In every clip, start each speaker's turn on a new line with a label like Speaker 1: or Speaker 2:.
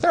Speaker 1: there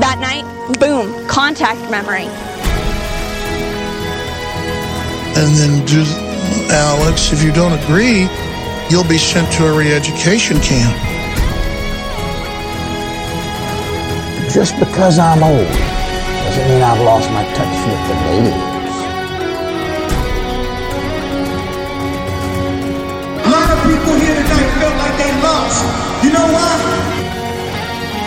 Speaker 2: That night, boom, contact memory.
Speaker 3: and then do Alex, if you don't agree, you'll be sent to a re-education camp.
Speaker 4: Just because I'm old doesn't mean I've lost my touch with the ladies.
Speaker 5: A lot of people here tonight felt like they lost. You know why?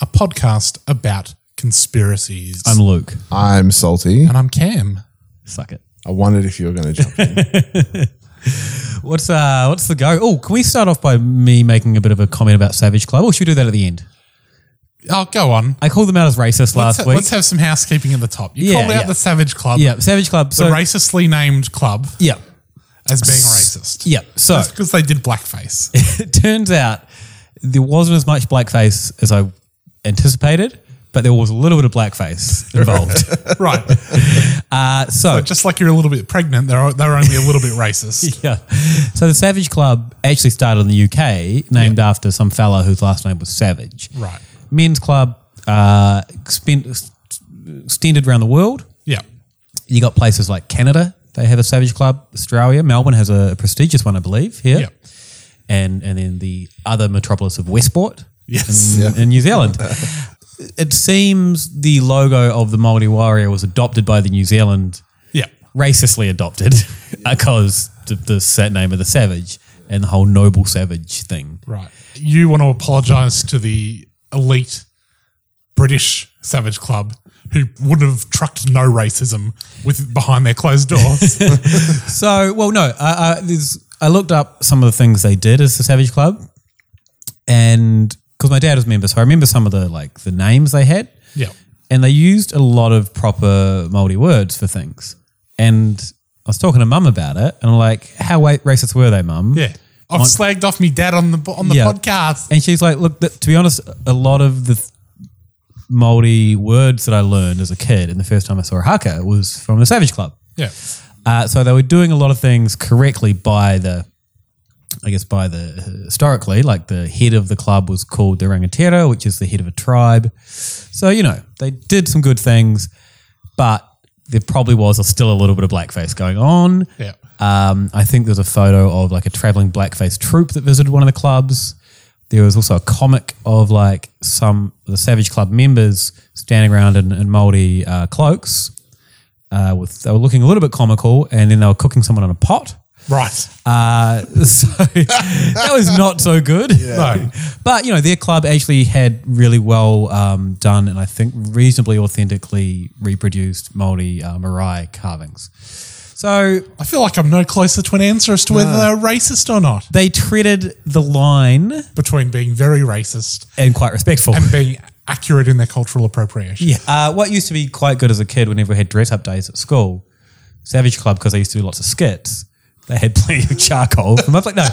Speaker 6: a podcast about conspiracies.
Speaker 7: I'm Luke.
Speaker 8: I'm Salty.
Speaker 6: And I'm Cam.
Speaker 7: Suck it.
Speaker 8: I wondered if you were going to jump in.
Speaker 7: What's uh what's the go? Oh, can we start off by me making a bit of a comment about Savage Club? Or should we do that at the end?
Speaker 6: Oh, go on.
Speaker 7: I called them out as racist
Speaker 6: Let's,
Speaker 7: last
Speaker 6: ha-
Speaker 7: week.
Speaker 6: let's have some housekeeping at the top. You
Speaker 7: Yeah,
Speaker 6: called out
Speaker 7: yeah.
Speaker 6: the Savage Club,
Speaker 7: yeah, Savage Club.
Speaker 6: the
Speaker 7: So
Speaker 6: racistly named club,
Speaker 7: yeah.
Speaker 6: as being racist.
Speaker 7: Yeah. So
Speaker 6: That's because they did blackface.
Speaker 7: it turns out there wasn't as much blackface as I anticipated, but there was a little bit of blackface involved.
Speaker 6: right.
Speaker 7: uh, so
Speaker 6: Just like you're a little bit pregnant, they're, they're only a little bit racist.
Speaker 7: yeah. So the Savage Club actually started in the UK, named after some fella whose last name was Savage.
Speaker 6: Right.
Speaker 7: Men's club uh, expend- extended around the world.
Speaker 6: Yeah.
Speaker 7: You got places like Canada. They have a Savage Club. Australia, Melbourne has a prestigious one, I believe. Here.
Speaker 6: Yeah.
Speaker 7: And and then the other metropolis of Westport.
Speaker 6: Yes.
Speaker 7: In, in New Zealand. it seems the logo of the Maori warrior was adopted by the New Zealand
Speaker 6: Yeah.
Speaker 7: racistly adopted because the, the set name of the savage and the whole noble savage thing.
Speaker 6: Right. You want to apologize to the elite British Savage Club who would have trucked no racism with behind their closed doors.
Speaker 7: So, well, no, I, I, there's, I looked up some of the things they did as the Savage Club, and because my dad was a member, so I remember some of the like the names they had,
Speaker 6: yeah.
Speaker 7: and they used a lot of proper Maori words for things. And I was talking to mum about it, and I'm like, "How wa- racist were they, mum?"
Speaker 6: Yeah. I've
Speaker 7: On-
Speaker 6: slagged off me dad on the on the
Speaker 7: Yeah.
Speaker 6: podcast.
Speaker 7: And she's like, look, th- to be honest, a lot of the th- Maori words that I learned as a kid and the first time I saw a haka was from the Savage Club.
Speaker 6: Yeah.
Speaker 7: Uh, so they were doing a lot of things correctly by the, I guess, by the historically, like the head of the club was called the Rangatira, which is the head of a tribe. So, you know, they did some good things, but there probably was still a little bit of blackface going on.
Speaker 6: Yeah.
Speaker 7: Um, I think there's a photo of like a traveling blackface troupe that visited one of the clubs. There was also a comic of like some of the Savage Club members standing around in, in Maori uh, cloaks. Uh, with they were looking a little bit comical, and then they were cooking someone on a pot.
Speaker 6: Right.
Speaker 7: Uh, so that was not so good. No. But, you know, their club actually had really well um, done and I think reasonably authentically reproduced Māori uh, marae carvings. So
Speaker 6: I feel like I'm no closer to an answer as to whether they're racist or not.
Speaker 7: they treaded the line
Speaker 6: Between being very racist
Speaker 7: and quite respectful.
Speaker 6: and being accurate in their cultural appropriation.
Speaker 7: Yeah. Uh, what used to be quite good as a kid whenever we had dress up days at school, Savage Club, because I used to do lots of skits, they had plenty of charcoal. I'm like, no.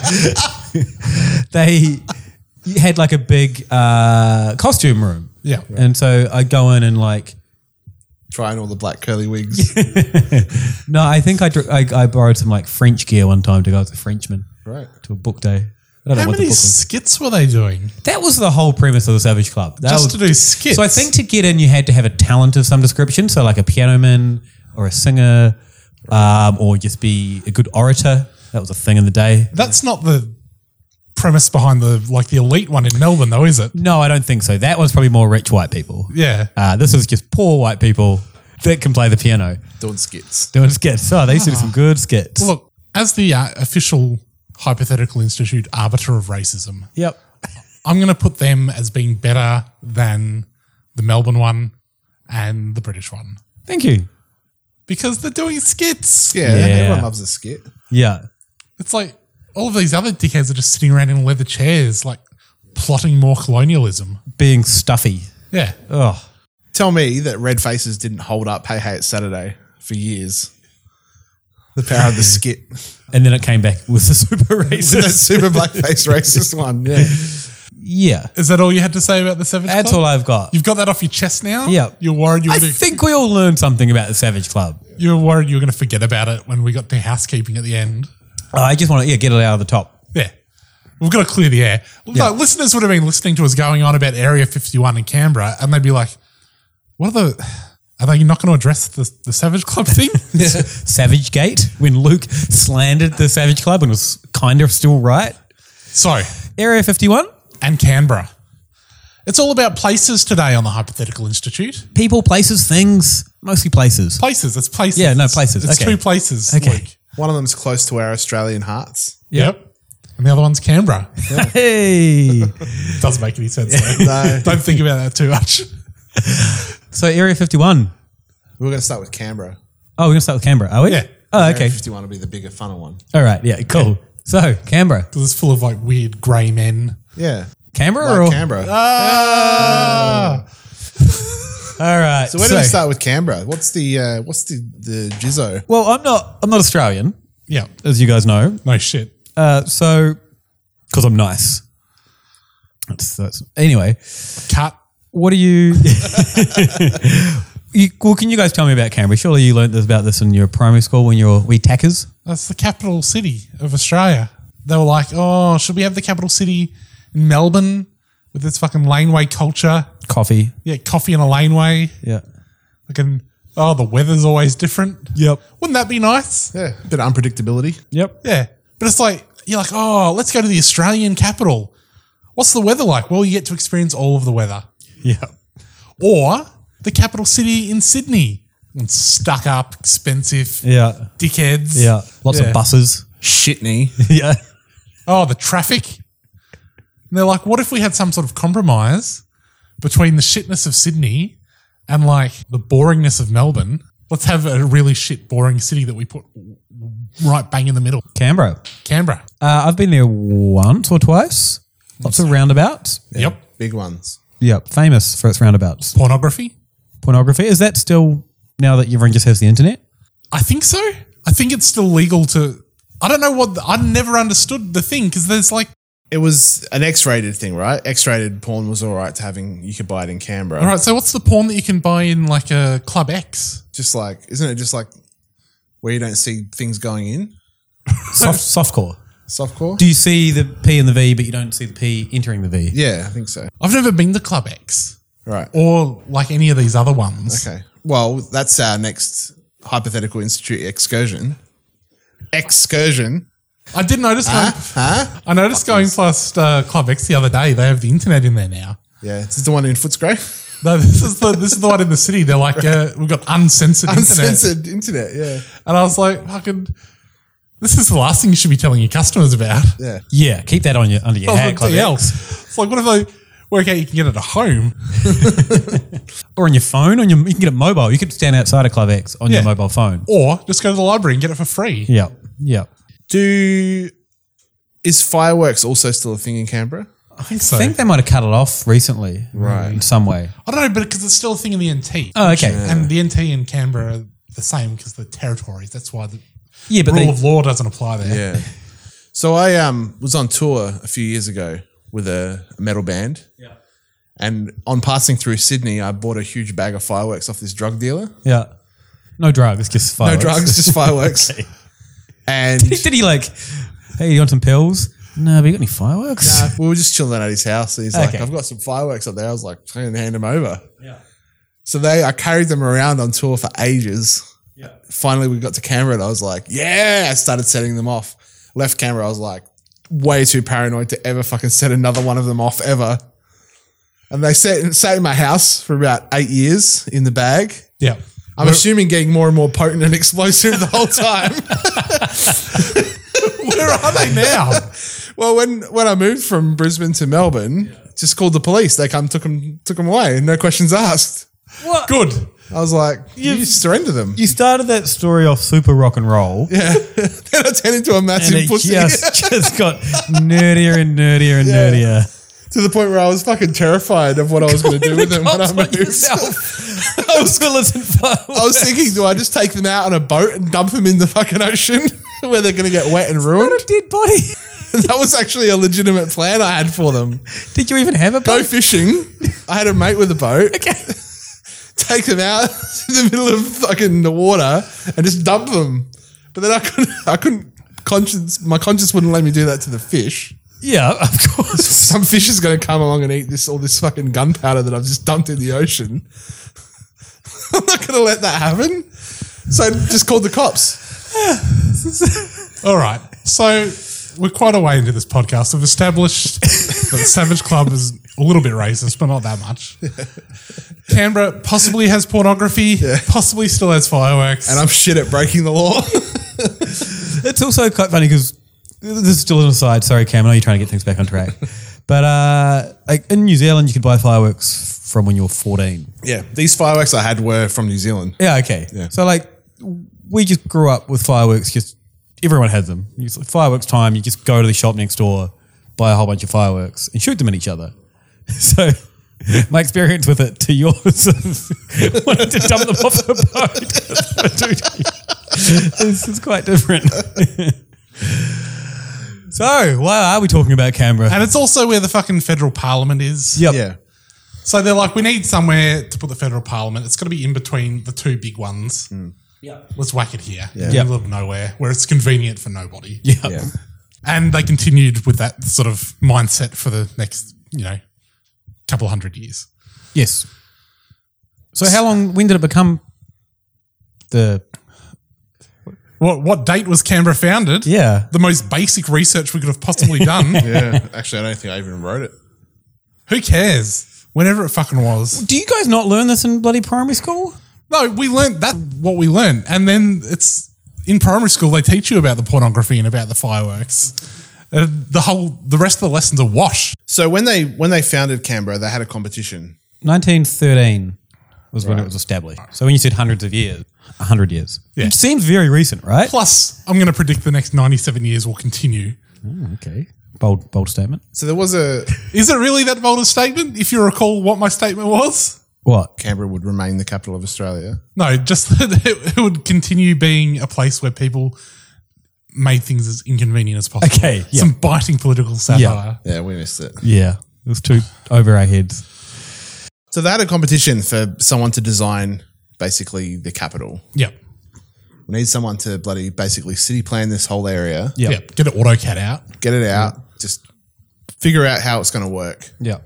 Speaker 7: they had like a big uh, costume room.
Speaker 6: Yeah.
Speaker 7: And so I'd go in and like,
Speaker 8: Trying all the black curly wigs.
Speaker 7: no, I think I, dr- I, I borrowed some like French gear one time to go as a Frenchman
Speaker 8: Right.
Speaker 7: to a book day. I don't know
Speaker 6: How
Speaker 7: what the
Speaker 6: many
Speaker 7: book was.
Speaker 6: skits were they doing?
Speaker 7: That was the whole premise of the Savage Club. That
Speaker 6: Just
Speaker 7: was-
Speaker 6: to do skits.
Speaker 7: So I think to get in, you had to have a talent of some description. So like a piano man or a singer, um, or just be a good orator. That was a thing in the day.
Speaker 6: That's not the premise behind the like the elite one in Melbourne, though, is it?
Speaker 7: No, I don't think so. That one's probably more rich white people.
Speaker 6: Yeah.
Speaker 7: Uh, this is just poor white people that can play the piano.
Speaker 3: Doing skits.
Speaker 7: Doing skits. Oh, they used to do some good skits.
Speaker 6: Look, as the uh, official hypothetical institute arbiter of racism,
Speaker 7: yep,
Speaker 6: I'm going to put them as being better than the Melbourne one and the British one
Speaker 7: Thank you.
Speaker 6: because they're doing skits.
Speaker 7: Yeah, Yeah. everyone loves
Speaker 3: a skit.
Speaker 7: Yeah.
Speaker 6: It's like all of these other dickheads are just sitting around in leather chairs, like plotting more colonialism.
Speaker 7: Being stuffy.
Speaker 6: Yeah.
Speaker 7: Oh.
Speaker 3: Tell me that red faces didn't hold up Hey Hey It's Saturday for years. The power of the skit.
Speaker 7: And then it came back with the super
Speaker 3: With that
Speaker 7: racist.
Speaker 3: super blackface racist one. Yeah.
Speaker 7: Yeah.
Speaker 6: Is that all you had to say about the Savage
Speaker 7: That's
Speaker 6: Club?
Speaker 7: all I've got.
Speaker 6: You've got that off your chest now?
Speaker 7: Yeah.
Speaker 6: You're worried you
Speaker 7: I
Speaker 6: were gonna-
Speaker 7: think we all learned something about the Savage Club.
Speaker 6: you were worried you were going to forget about it when we got to housekeeping at the end.
Speaker 7: Oh, I just want to yeah, get it out of the top.
Speaker 6: Yeah. We've got to clear the air.
Speaker 7: Yeah.
Speaker 6: Like, listeners would have been listening to us going on about Area 51 in Canberra, and they'd be like, what are the. Are they not going to address the, the Savage Club thing?
Speaker 7: Savage Gate, when Luke slandered the Savage Club and was kind of still right.
Speaker 6: So,
Speaker 7: Area 51
Speaker 6: and Canberra. It's all about places today on the Hypothetical Institute.
Speaker 7: People, places, things, mostly places.
Speaker 6: Places, it's places.
Speaker 7: Yeah, no, places.
Speaker 6: It's
Speaker 7: Okay.
Speaker 6: two places.
Speaker 7: Okay.
Speaker 6: Luke.
Speaker 3: One of them's close to our Australian hearts.
Speaker 6: Yep. And the other one's Canberra.
Speaker 7: Hey.
Speaker 6: Doesn't make any sense. though. Don't think about that too much.
Speaker 7: so, Area 51.
Speaker 3: We We're going to start with Canberra.
Speaker 7: Oh, we're going to start with Canberra, are we?
Speaker 6: Yeah.
Speaker 7: Oh,
Speaker 3: Area
Speaker 7: okay.
Speaker 3: 51 will be the bigger, funner one.
Speaker 7: All right. Yeah, cool. So, Canberra.
Speaker 6: Because it's full of like weird grey men.
Speaker 3: Yeah.
Speaker 7: Canberra
Speaker 3: Like
Speaker 7: or?
Speaker 3: Canberra.
Speaker 6: Ah!
Speaker 7: All right.
Speaker 3: So where do we start with Canberra? What's the uh, what's the the Gizzo?
Speaker 7: Well, I'm not. I'm not Australian,
Speaker 6: Yeah.
Speaker 7: as you guys know.
Speaker 6: No shit.
Speaker 7: Uh, so, because I'm nice. That's, that's, anyway,
Speaker 6: Cut.
Speaker 7: what do you, you? Well, can you guys tell me about Canberra? Surely you learnt this about this in your primary school when you were wee tackers.
Speaker 6: That's the capital city of Australia. They were like, oh, should we have the capital city in Melbourne with its fucking laneway culture?
Speaker 7: Coffee.
Speaker 6: Yeah, coffee in a laneway.
Speaker 7: Yeah.
Speaker 6: Fucking, oh, the weather's always different.
Speaker 7: Yep.
Speaker 6: Wouldn't that be nice?
Speaker 3: Yeah, bit of unpredictability.
Speaker 7: Yep.
Speaker 6: Yeah. But it's like, you're like, oh, let's go to the Australian capital. What's the weather like? Well, you get to experience all of the weather.
Speaker 7: Yeah.
Speaker 6: Or the capital city in Sydney. And stuck up, expensive
Speaker 7: Yeah.
Speaker 6: dickheads.
Speaker 7: Yeah. Lots
Speaker 6: Yeah.
Speaker 7: of buses.
Speaker 3: Shitney.
Speaker 7: yeah.
Speaker 6: oh, the traffic. And they're like, what if we had some sort of compromise between the shitness of Sydney and like the boringness of Melbourne? Let's have a really shit, boring city that we put right bang in the middle.
Speaker 7: Canberra.
Speaker 6: Canberra.
Speaker 7: Uh, I've been there once or twice. Lots of roundabouts.
Speaker 6: Yep.
Speaker 3: Big ones.
Speaker 7: Yep. Famous for its roundabouts.
Speaker 6: Pornography.
Speaker 7: Pornography. Is that still now that everyone just has the internet?
Speaker 6: I think so. I think it's still legal to. I don't know what. The, I never understood the thing because there's like,
Speaker 3: It was an X-rated thing, right? X-rated porn was all right to having. You could buy it in Canberra.
Speaker 6: all right, so what's the porn that you can buy in like a Club X?
Speaker 3: Just like, isn't it just like where you don't see things going in?
Speaker 7: Soft softcore.
Speaker 3: Softcore.
Speaker 7: Do you see the P and the V, but you don't see the P entering the V?
Speaker 3: yeah, I think so.
Speaker 6: I've never been to Club X
Speaker 3: Right.
Speaker 6: or like any of these other ones.
Speaker 3: Okay. Well, that's our next hypothetical institute excursion. Excursion.
Speaker 6: I did notice.
Speaker 3: Huh?
Speaker 6: going-
Speaker 3: Huh?
Speaker 6: I noticed going past uh, Club X the other day, they have the internet in there now.
Speaker 3: Yeah, this is the one in Footscray.
Speaker 6: No, this is the this is the one in the city. They're like, uh, we've got uncensored, internet,
Speaker 3: Uncensored internet. Yeah.
Speaker 6: and I was like, fucking, this is the last thing you should be telling your customers about.
Speaker 3: Yeah.
Speaker 7: Yeah. Keep that on your under your
Speaker 6: Or
Speaker 7: hat, Club
Speaker 6: something
Speaker 7: X.
Speaker 6: else. It's like, what if they work out you can get it at home?
Speaker 7: or on your phone. On your you can get it mobile. You could stand outside of Club X on your
Speaker 6: Yeah.
Speaker 7: mobile phone.
Speaker 6: Or just go to the library and get it for free.
Speaker 7: Yeah. Yeah.
Speaker 3: Do is fireworks also still a thing in Canberra?
Speaker 6: I think
Speaker 7: I
Speaker 6: so.
Speaker 7: think they might have cut it off recently, right? In some way.
Speaker 6: I don't know, but because it's still a thing in the NT.
Speaker 7: Oh, okay. Yeah.
Speaker 6: And the NT and Canberra are the same because the territories. That's why the
Speaker 7: Yeah, but
Speaker 6: rule
Speaker 7: they,
Speaker 6: of law doesn't apply there.
Speaker 3: Yeah. So I um was on tour a few years ago with a metal band. Yeah. And on passing through Sydney, I bought a huge bag of fireworks off this drug dealer.
Speaker 7: yeah, no drugs, just
Speaker 3: No
Speaker 7: fireworks.
Speaker 3: drugs, just fireworks. And
Speaker 7: Did he like? Hey, you want some pills? No, but you got any fireworks?
Speaker 3: uh, we were just chilling out at his house. And he's
Speaker 7: Okay.
Speaker 3: like, I've got some fireworks up there. I was like, I'm going to hand them over. Yeah. So they, I carried them around on tour for ages. Yeah. Finally, we got to Canberra and I was like, yeah, I started setting them off. Left Canberra, I was like, way too paranoid to ever fucking set another one of them off ever. And they sat, sat in my house for about eight years in the bag.
Speaker 6: Yeah.
Speaker 3: I'm assuming getting more and more potent and explosive the whole time. Where are they now? well, when when I moved from Brisbane to Melbourne, just called the police. They come, took them, took them away, no questions asked.
Speaker 6: What?
Speaker 3: Good. I was like, you,
Speaker 6: You've-
Speaker 3: surrender them.
Speaker 6: You started that story off super rock and roll.
Speaker 3: Yeah. then I turned into a massive
Speaker 6: and it
Speaker 3: pussy.
Speaker 6: just, just got nerdier and nerdier and
Speaker 3: Yeah.
Speaker 6: nerdier.
Speaker 3: to the point where I was fucking terrified of what I was going to do with them when I moved. I was I was thinking, do I just take them out on a boat and dump them in the fucking ocean where they're going to get wet and ruined? Not
Speaker 6: a dead body.
Speaker 3: that was actually a legitimate plan I had for them.
Speaker 6: Did you even have a
Speaker 3: boat? Go fishing. I had a mate with a boat. Okay. take them out in the middle of fucking the water and just dump them. But then I couldn't. I couldn't. Conscience. My conscience wouldn't let me do that to the fish.
Speaker 6: Yeah, of course.
Speaker 3: Some fish is going to come along and eat this all this fucking gunpowder that I've just dumped in the ocean. I'm not going to let that happen. So I just called the cops.
Speaker 7: All right. So we're quite a way into this podcast. We've established that the Savage Club is a little bit racist, but not that much. Canberra possibly has pornography, possibly still has fireworks. And
Speaker 3: I'm shit at breaking the law.
Speaker 6: It's also quite funny because this is still an aside. Sorry, Cam. I know you're trying to get things back on track. but uh, like in New Zealand, you could buy fireworks from when you're 14.
Speaker 3: Yeah, these fireworks I had were from New Zealand.
Speaker 6: Yeah, okay.
Speaker 3: Yeah.
Speaker 6: So like we just grew up with fireworks, just everyone had them. You just- fireworks time, you just go to the shop next door, buy a whole bunch of fireworks and shoot them at each other. So my experience with it to yours of wanting to dump them off the boat. this is quite different. so why are we talking about Canberra?
Speaker 7: And it's also where the fucking federal parliament is.
Speaker 6: Yep.
Speaker 3: Yeah.
Speaker 7: So they're like, we need somewhere to put the federal parliament. It's got to be in between the two big ones. Let's whack it here
Speaker 3: Hmm. Yeah.
Speaker 7: in the middle of nowhere where it's convenient for nobody.
Speaker 6: yeah.
Speaker 7: And they continued with that sort of mindset for the next, you know, couple hundred years.
Speaker 6: Yes. So how long when did it become the
Speaker 7: What what date was Canberra founded?
Speaker 6: Yeah.
Speaker 7: The most basic research we could have possibly done.
Speaker 3: yeah, actually, I don't think I even wrote it.
Speaker 7: Who cares? Whenever it fucking was.
Speaker 6: Do you guys not learn this in bloody primary school?
Speaker 7: No, we learned that what we learned. And then it's in primary school they teach you about the pornography and about the fireworks. Uh, the whole the rest of the lessons are wash.
Speaker 3: So when they when they founded Canberra, they had a competition.
Speaker 6: 1913 was when it was established. So when you said hundreds of years, 100 years. It seems very recent, right?
Speaker 7: Plus, I'm going to predict the next 97 years will continue.
Speaker 6: okay. Bold, bold statement.
Speaker 3: So there was a.
Speaker 7: Is it really that bold a statement? If you recall what my statement was?
Speaker 6: What?
Speaker 3: Canberra would remain the capital of Australia.
Speaker 7: No, just that it, it would continue being a place where people made things as inconvenient as possible.
Speaker 6: Okay, yeah.
Speaker 7: Some biting political satire.
Speaker 3: Yeah, we missed it.
Speaker 6: Yeah. It was too over our heads.
Speaker 3: So they had a competition for someone to design basically the capital.
Speaker 7: Yep.
Speaker 3: We need someone to bloody basically city plan this whole area.
Speaker 7: Yep. Yep. Get an AutoCAD out.
Speaker 3: Get it out.
Speaker 6: Mm.
Speaker 3: Just figure out how it's going to work.
Speaker 6: Yeah.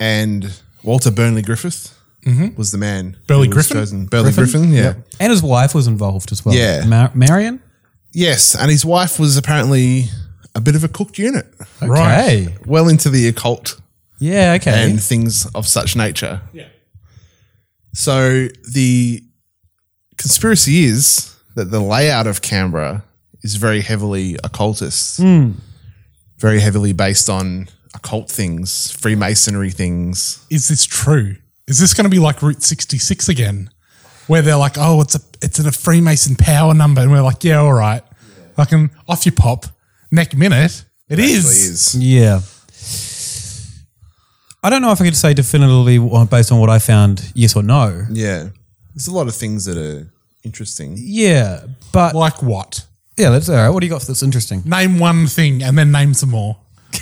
Speaker 3: And Walter Burnley Griffith
Speaker 6: Mhm.
Speaker 3: was the man.
Speaker 6: Burley
Speaker 3: who was
Speaker 6: Griffin?
Speaker 3: chosen. Burley Griffin, yeah.
Speaker 6: And his wife was involved as well.
Speaker 3: Yeah.
Speaker 6: Ma- Marion?
Speaker 3: Yes, and his wife was apparently a bit of a cooked unit.
Speaker 6: Right.
Speaker 3: Well into the occult.
Speaker 6: Yeah, okay.
Speaker 3: And things of such nature. Yeah. So the conspiracy is that the layout of Canberra is very heavily occultist,
Speaker 6: Hmm.
Speaker 3: very heavily based on occult things, Freemasonry things.
Speaker 7: Is this true? Is this going to be like Route 66 again? Where they're like, oh, it's a it's a Freemason power number. And we're like, yeah, all right. Fucking off you pop. Neck minute. It is.
Speaker 6: Yeah. I don't know if I could say definitively well, based on what I found, yes or no.
Speaker 3: Yeah. There's a lot of things that are interesting.
Speaker 6: Yeah, but
Speaker 7: like what?
Speaker 6: Yeah, that's all right. What do you got for that's interesting?
Speaker 7: Name one thing and then name some more.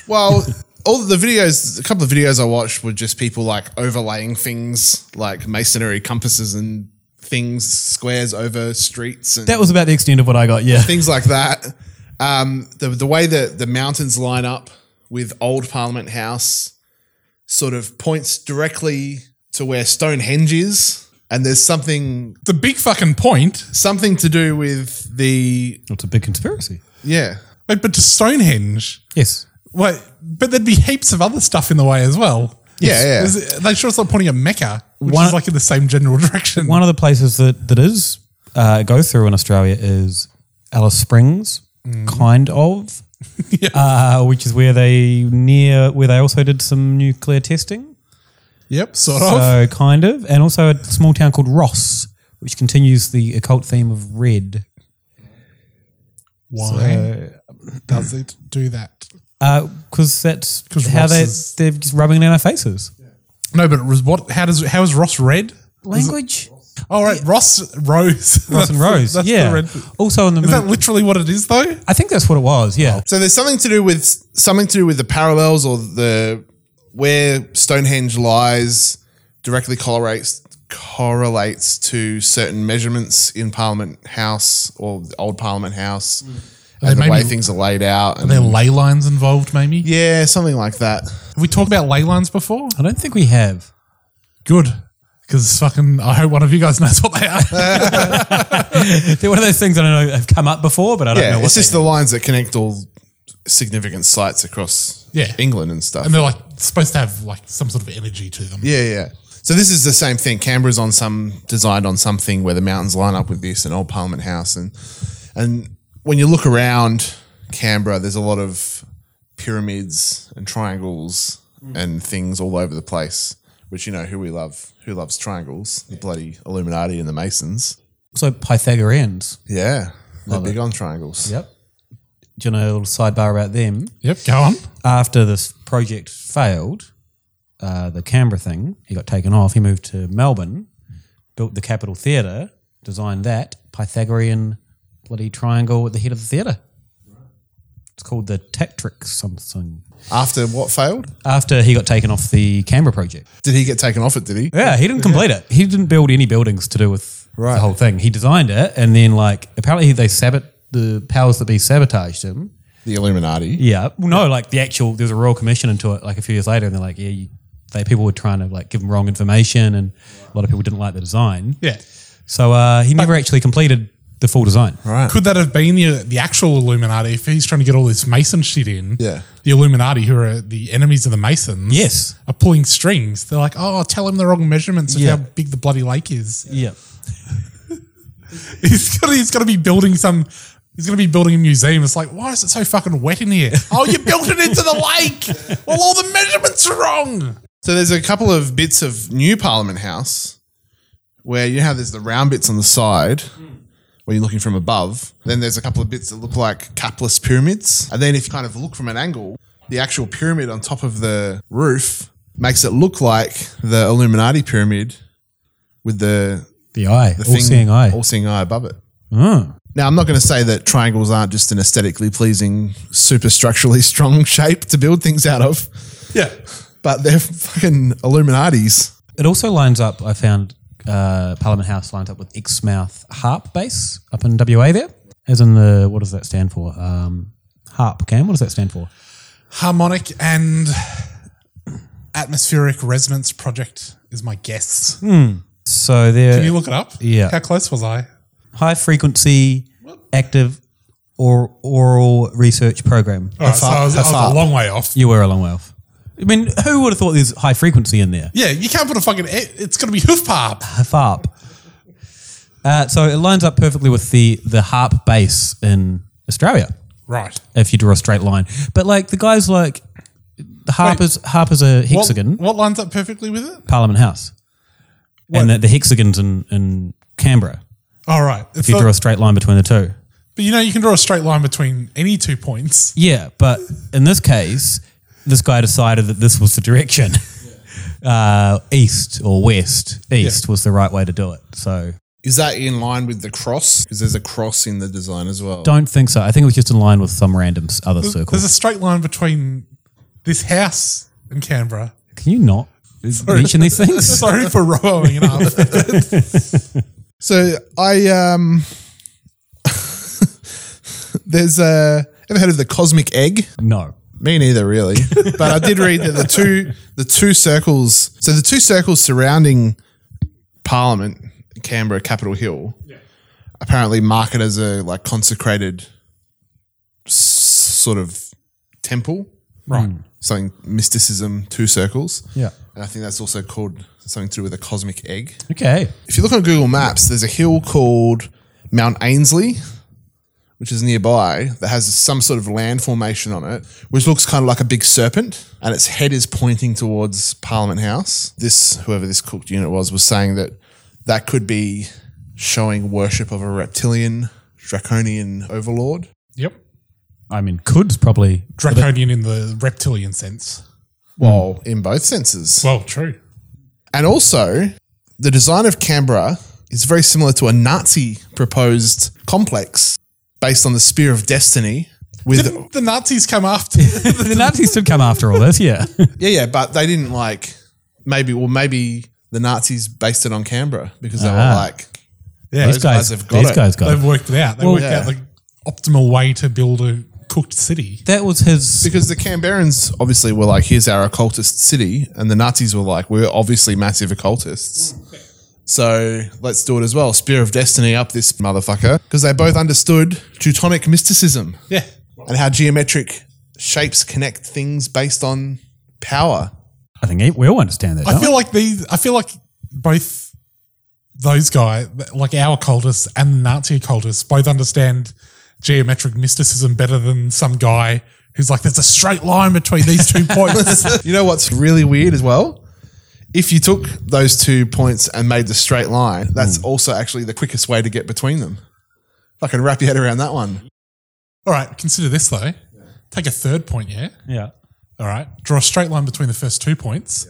Speaker 3: Well, all the videos, a couple of videos I watched were just people like overlaying things like masonry compasses and things, squares over streets. And
Speaker 6: That was about the extent of what I got. Yeah,
Speaker 3: Things like that. Um, the, the way that the mountains line up with Old Parliament House sort of points directly to where Stonehenge is. And there's something.
Speaker 7: The big fucking point.
Speaker 3: Something to do with the.
Speaker 6: It's a big conspiracy.
Speaker 3: Yeah.
Speaker 7: Wait, but to Stonehenge?
Speaker 6: Yes.
Speaker 7: Wait, but there'd be heaps of other stuff in the way as well.
Speaker 6: Yes.
Speaker 7: Is it- They sure it's not pointing at Mecca, which
Speaker 6: One-
Speaker 7: is like in the same general direction.
Speaker 6: One of the places that that is uh, go through in Australia is Alice Springs,
Speaker 7: Mm.
Speaker 6: kind of, uh, which is where they near where they also did some nuclear testing.
Speaker 7: Yep, sort of.
Speaker 6: So kind of, and also a small town called Ross, which continues the occult theme of red.
Speaker 7: Why does it do that?
Speaker 6: Because Uh, that's
Speaker 7: 'Cause
Speaker 6: how
Speaker 7: Ross
Speaker 6: they
Speaker 7: is-
Speaker 6: they're just rubbing it in our faces.
Speaker 7: No, but it was what? How does how is Ross red?
Speaker 6: Language.
Speaker 7: All right, Ross Rose.
Speaker 6: Ross and
Speaker 7: That's the-
Speaker 6: Rose,
Speaker 7: that's the
Speaker 6: yeah.
Speaker 7: red-
Speaker 6: Also in the
Speaker 7: is that Oh.
Speaker 6: movie-
Speaker 7: literally what it is though?
Speaker 6: I think that's what it was. Yeah.
Speaker 3: So there's something to do with something to do with the parallels or the where Stonehenge lies directly correlates correlates to certain measurements in Parliament House or the old Parliament House
Speaker 7: Mm. They
Speaker 3: and the
Speaker 7: may
Speaker 3: way
Speaker 7: be-
Speaker 3: things are laid out.
Speaker 7: Are there ley lines involved? Maybe.
Speaker 3: Yeah, something like that.
Speaker 7: Have we talked about ley lines before?
Speaker 6: I don't think we have.
Speaker 7: Good, because fucking. I hope one of you guys knows what they are.
Speaker 6: They're one of those things I don't know have come up before, but I don't
Speaker 3: yeah,
Speaker 6: know what
Speaker 3: it's just the lines that connect all significant sites across
Speaker 7: Yeah.
Speaker 3: England and stuff.
Speaker 7: and they're like supposed to have like some sort of energy to them.
Speaker 3: Yeah, yeah. So this is the same thing. Canberra's on some designed on something where the mountains line up with this and old Parliament House and and when you look around Canberra, there's a lot of pyramids and triangles
Speaker 6: Mm.
Speaker 3: and things all over the place. Which you know who we love, who loves triangles? The bloody Illuminati and the Masons.
Speaker 6: So Pythagoreans.
Speaker 3: Yeah, they're
Speaker 6: Love
Speaker 3: big
Speaker 6: it.
Speaker 3: on triangles.
Speaker 6: Yep. Do you know a little sidebar about them?
Speaker 7: Yep, go on.
Speaker 6: After this project failed, uh, the Canberra thing, he got taken off. He moved to Melbourne, built the Capitol Theatre, designed that Pythagorean bloody triangle at the head of the theatre. It's called the Tetrix something.
Speaker 3: After what failed?
Speaker 6: After he got taken off the Canberra project.
Speaker 3: Did he get taken off it? Did he?
Speaker 6: Yeah, he didn't complete it. He didn't build any buildings to do with the whole thing. He designed it, and then like apparently they sabot the powers that be sabotaged him.
Speaker 3: The Illuminati.
Speaker 6: Yeah, well, no, like the actual there was a royal commission into it like a few years later, and they're like, yeah, you, they people were trying to like give him wrong information, and a lot of people didn't like the design.
Speaker 7: Yeah.
Speaker 6: so uh, he never actually completed the full design.
Speaker 3: Right.
Speaker 7: Could that have been the the actual Illuminati if he's trying to get all this Mason shit in?
Speaker 3: Yeah.
Speaker 7: The Illuminati, who are the enemies of the Masons,
Speaker 6: Yes.
Speaker 7: are pulling strings. They're like, oh, tell him the wrong measurements of
Speaker 6: Yeah.
Speaker 7: how big the bloody lake is.
Speaker 6: Yeah.
Speaker 7: He's got he's got to be building some. He's going to be building a museum. It's like, why is it so fucking wet in here? oh, you built it into the lake. Well, all the measurements are wrong.
Speaker 3: So there's a couple of bits of new Parliament House where you know how there's the round bits on the side where you're looking from above. Then there's a couple of bits that look like capless pyramids. And then if you kind of look from an angle, the actual pyramid on top of the roof makes it look like the Illuminati pyramid with the
Speaker 6: The eye,
Speaker 3: the
Speaker 6: all seeing eye.
Speaker 3: all seeing eye above it.
Speaker 6: Oh.
Speaker 3: Now I'm not going to say that triangles aren't just an aesthetically pleasing, super structurally strong shape to build things out of,
Speaker 7: Yeah.
Speaker 3: but they're fucking Illuminati's.
Speaker 6: It also lines up. I found uh, Parliament House lined up with Exmouth Harp Base up in WA there, as in the what does that stand for? Um, harp game. What does that stand for?
Speaker 7: Harmonic and atmospheric resonance project is my guess.
Speaker 6: So there.
Speaker 7: Can you look it up?
Speaker 6: Yeah.
Speaker 7: How close was I?
Speaker 6: High frequency active or oral research program.
Speaker 7: All right, so I was, I was
Speaker 6: HAFARP.
Speaker 7: a oh, long way off.
Speaker 6: You were a long way off. I mean, who would have thought there's high frequency in there?
Speaker 7: Yeah, you can't put a fucking. it- It's going to be hoof pop.
Speaker 6: Harp. Uh, so it lines up perfectly with the the harp base in Australia.
Speaker 7: Right.
Speaker 6: If you draw a straight line, but like the guys like the harp is harp is a hexagon.
Speaker 7: What, what lines up perfectly with it?
Speaker 6: Parliament House, and the, the hexagons in in Canberra.
Speaker 7: All right. It's
Speaker 6: If you
Speaker 7: not-
Speaker 6: draw a straight line between the two,
Speaker 7: but you know, you can draw a straight line between any two points.
Speaker 6: Yeah, but in this case, this guy decided that this was the direction. Uh, east or west. East was the right way to do it. So
Speaker 3: Is that in line with the cross? Because there's a cross in the design as well.
Speaker 6: don't think so. I think it was just in line with some random s- other
Speaker 7: There's,
Speaker 6: circle.
Speaker 7: there's a straight line between this house and Canberra.
Speaker 6: Can you not mention these things?
Speaker 7: Sorry for rowing it up.
Speaker 3: So I um, there's a ever heard of the cosmic egg?
Speaker 6: No.
Speaker 3: Me neither, really. but I did read that the two the two circles. So the two circles surrounding Parliament, Canberra, Capitol Hill, apparently mark it as a like consecrated s- sort of temple,
Speaker 7: right.
Speaker 3: something mysticism. Two circles.
Speaker 6: Hmm. Yeah.
Speaker 3: And I think that's also called something to do with a cosmic egg.
Speaker 6: Okay.
Speaker 3: If you look on Google Maps, there's a hill called Mount Ainsley, which is nearby, that has some sort of land formation on it, which looks kind of like a big serpent, and its head is pointing towards Parliament House. This, whoever this cooked unit was, was saying that that could be showing worship of a reptilian, draconian overlord.
Speaker 7: Yep.
Speaker 6: I mean, could's probably
Speaker 7: Draconian in the reptilian sense.
Speaker 3: Well, in both senses.
Speaker 7: Well, true.
Speaker 3: And also, the design of Canberra is very similar to a Nazi proposed complex based on the Spear of Destiny. With
Speaker 7: Didn't the Nazis come after?
Speaker 6: the Nazis did come after all this, yeah.
Speaker 3: yeah, yeah, but they didn't like maybe. Well, maybe the Nazis based it on Canberra because they
Speaker 6: Ah.
Speaker 3: were like,
Speaker 7: Yeah,
Speaker 3: those
Speaker 7: these
Speaker 3: guys,
Speaker 7: guys-
Speaker 3: have got
Speaker 6: these
Speaker 3: it.
Speaker 6: guys got
Speaker 7: They've worked it out. They
Speaker 3: Well,
Speaker 7: worked
Speaker 3: yeah.
Speaker 7: out the optimal way to build a cooked city.
Speaker 6: That was his
Speaker 3: because the Canberrans obviously were like, here's our occultist city, and the Nazis were like, we're obviously massive occultists. So let's do it as well. Spear of Destiny up this motherfucker. Because they both understood Teutonic mysticism
Speaker 7: Yeah.
Speaker 3: and how geometric shapes connect things based on power.
Speaker 6: I think we all understand that.
Speaker 7: I feel like these. I feel like both those guys, like our occultists and the Nazi occultists, both understand geometric mysticism better than some guy who's like, "There's a straight line between these two points."
Speaker 3: you know what's really weird as well? If you took those two points and made the straight line, that's also actually the quickest way to get between them. I can wrap your head around that one.
Speaker 7: All right, consider this though. Take a third point, yeah.
Speaker 6: Yeah.
Speaker 7: All right, draw a straight line between the first two points.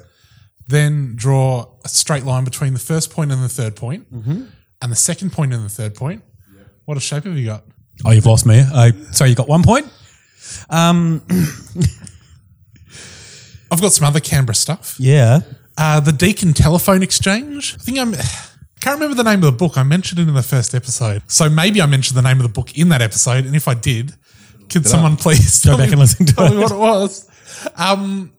Speaker 7: Then draw a straight line between the first point and the third point, and the second point and the third point. What a shape have you got?
Speaker 6: Oh, you've lost me. I, sorry, you got one point. Um,
Speaker 7: I've got some other Canberra stuff.
Speaker 6: yeah.
Speaker 7: Uh, the Deacon Telephone Exchange. I think I'm. I can't remember the name of the book. I mentioned it in the first episode, so maybe I mentioned the name of the book in that episode. And if I did, could
Speaker 6: it
Speaker 7: someone
Speaker 6: up.
Speaker 7: please
Speaker 6: Go
Speaker 7: tell
Speaker 6: back
Speaker 7: me-
Speaker 6: and listen to
Speaker 7: tell me
Speaker 6: it.
Speaker 7: what it was? Um,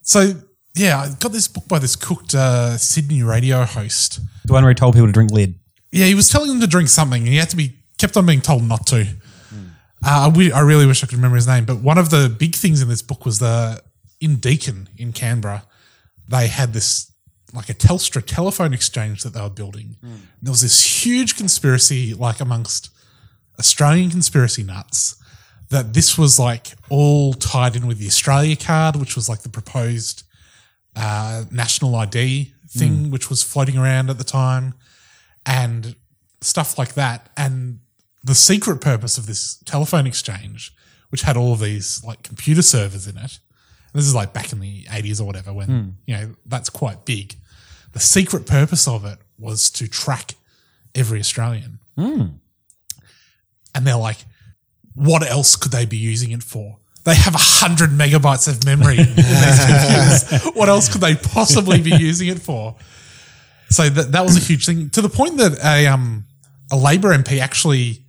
Speaker 7: so yeah, I got this book by this cooked uh, Sydney radio host.
Speaker 6: The one where he told people to drink lead.
Speaker 7: Yeah, he was telling them to drink something, and he had to be kept on being told not to. Uh, I wi- I really wish I could remember his name, but one of the big things in this book was the in Deakin in Canberra, they had this like a Telstra telephone exchange that they were building. And there was this huge conspiracy, like amongst Australian conspiracy nuts, that this was like all tied in with the Australia card, which was like the proposed uh, national ID thing, which was floating around at the time, and stuff like that. And the secret purpose of this telephone exchange, which had all of these like computer servers in it, this is like back in the 80s or whatever, when,
Speaker 6: Hmm.
Speaker 7: you know, that's quite big. The secret purpose of it was to track every Australian.
Speaker 6: Hmm.
Speaker 7: And they're like, what else could they be using it for? They have 100 megabytes of memory in these computers. What else could they possibly be using it for? So that, that was a huge thing to the point that a, um, a Labour MP actually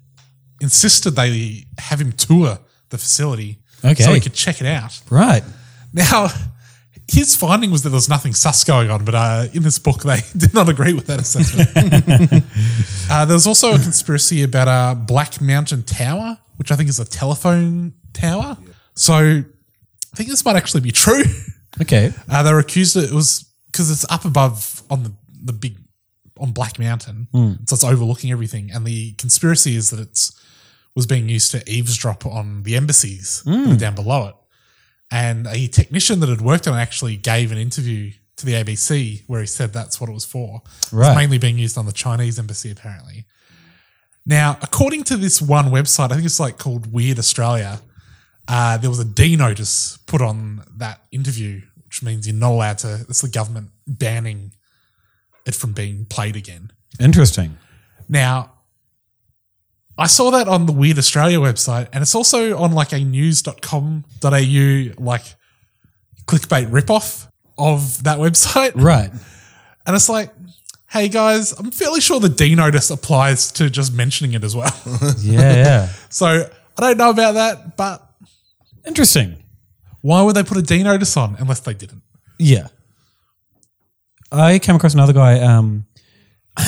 Speaker 7: insisted they have him tour the facility so
Speaker 6: Okay.
Speaker 7: he could check it out.
Speaker 6: Right.
Speaker 7: Now, his finding was that there was nothing sus going on, but uh, in this book, they did not agree with that assessment. uh, there was also a conspiracy about a Black Mountain Tower, which I think is a telephone tower. So I think this might actually be true.
Speaker 6: Okay.
Speaker 7: Uh, they were accused that it was because it's up above on the, the big, on Black Mountain.
Speaker 6: Hmm.
Speaker 7: So it's overlooking everything. And the conspiracy is that it's was being used to eavesdrop on the embassies that were
Speaker 6: Hmm.
Speaker 7: down below it. And a technician that had worked on it actually gave an interview to the ABC where he said that's what it was for.
Speaker 6: Right.
Speaker 7: It's mainly being used on the Chinese embassy, apparently. Now, according to this one website, I think it's like called Weird Australia, uh, there was a D notice put on that interview, which means you're not allowed to, it's the government banning it from being played again.
Speaker 6: Interesting.
Speaker 7: Now, I saw that on the Weird Australia website, and it's also on like a news.com.au like clickbait ripoff of that website.
Speaker 6: Right.
Speaker 7: And it's like, hey guys, I'm fairly sure the D notice applies to just mentioning it as well.
Speaker 6: Yeah, yeah.
Speaker 7: so I don't know about that, but
Speaker 6: Interesting.
Speaker 7: why would they put a D notice on unless they didn't?
Speaker 6: Yeah. I came across another guy. Um,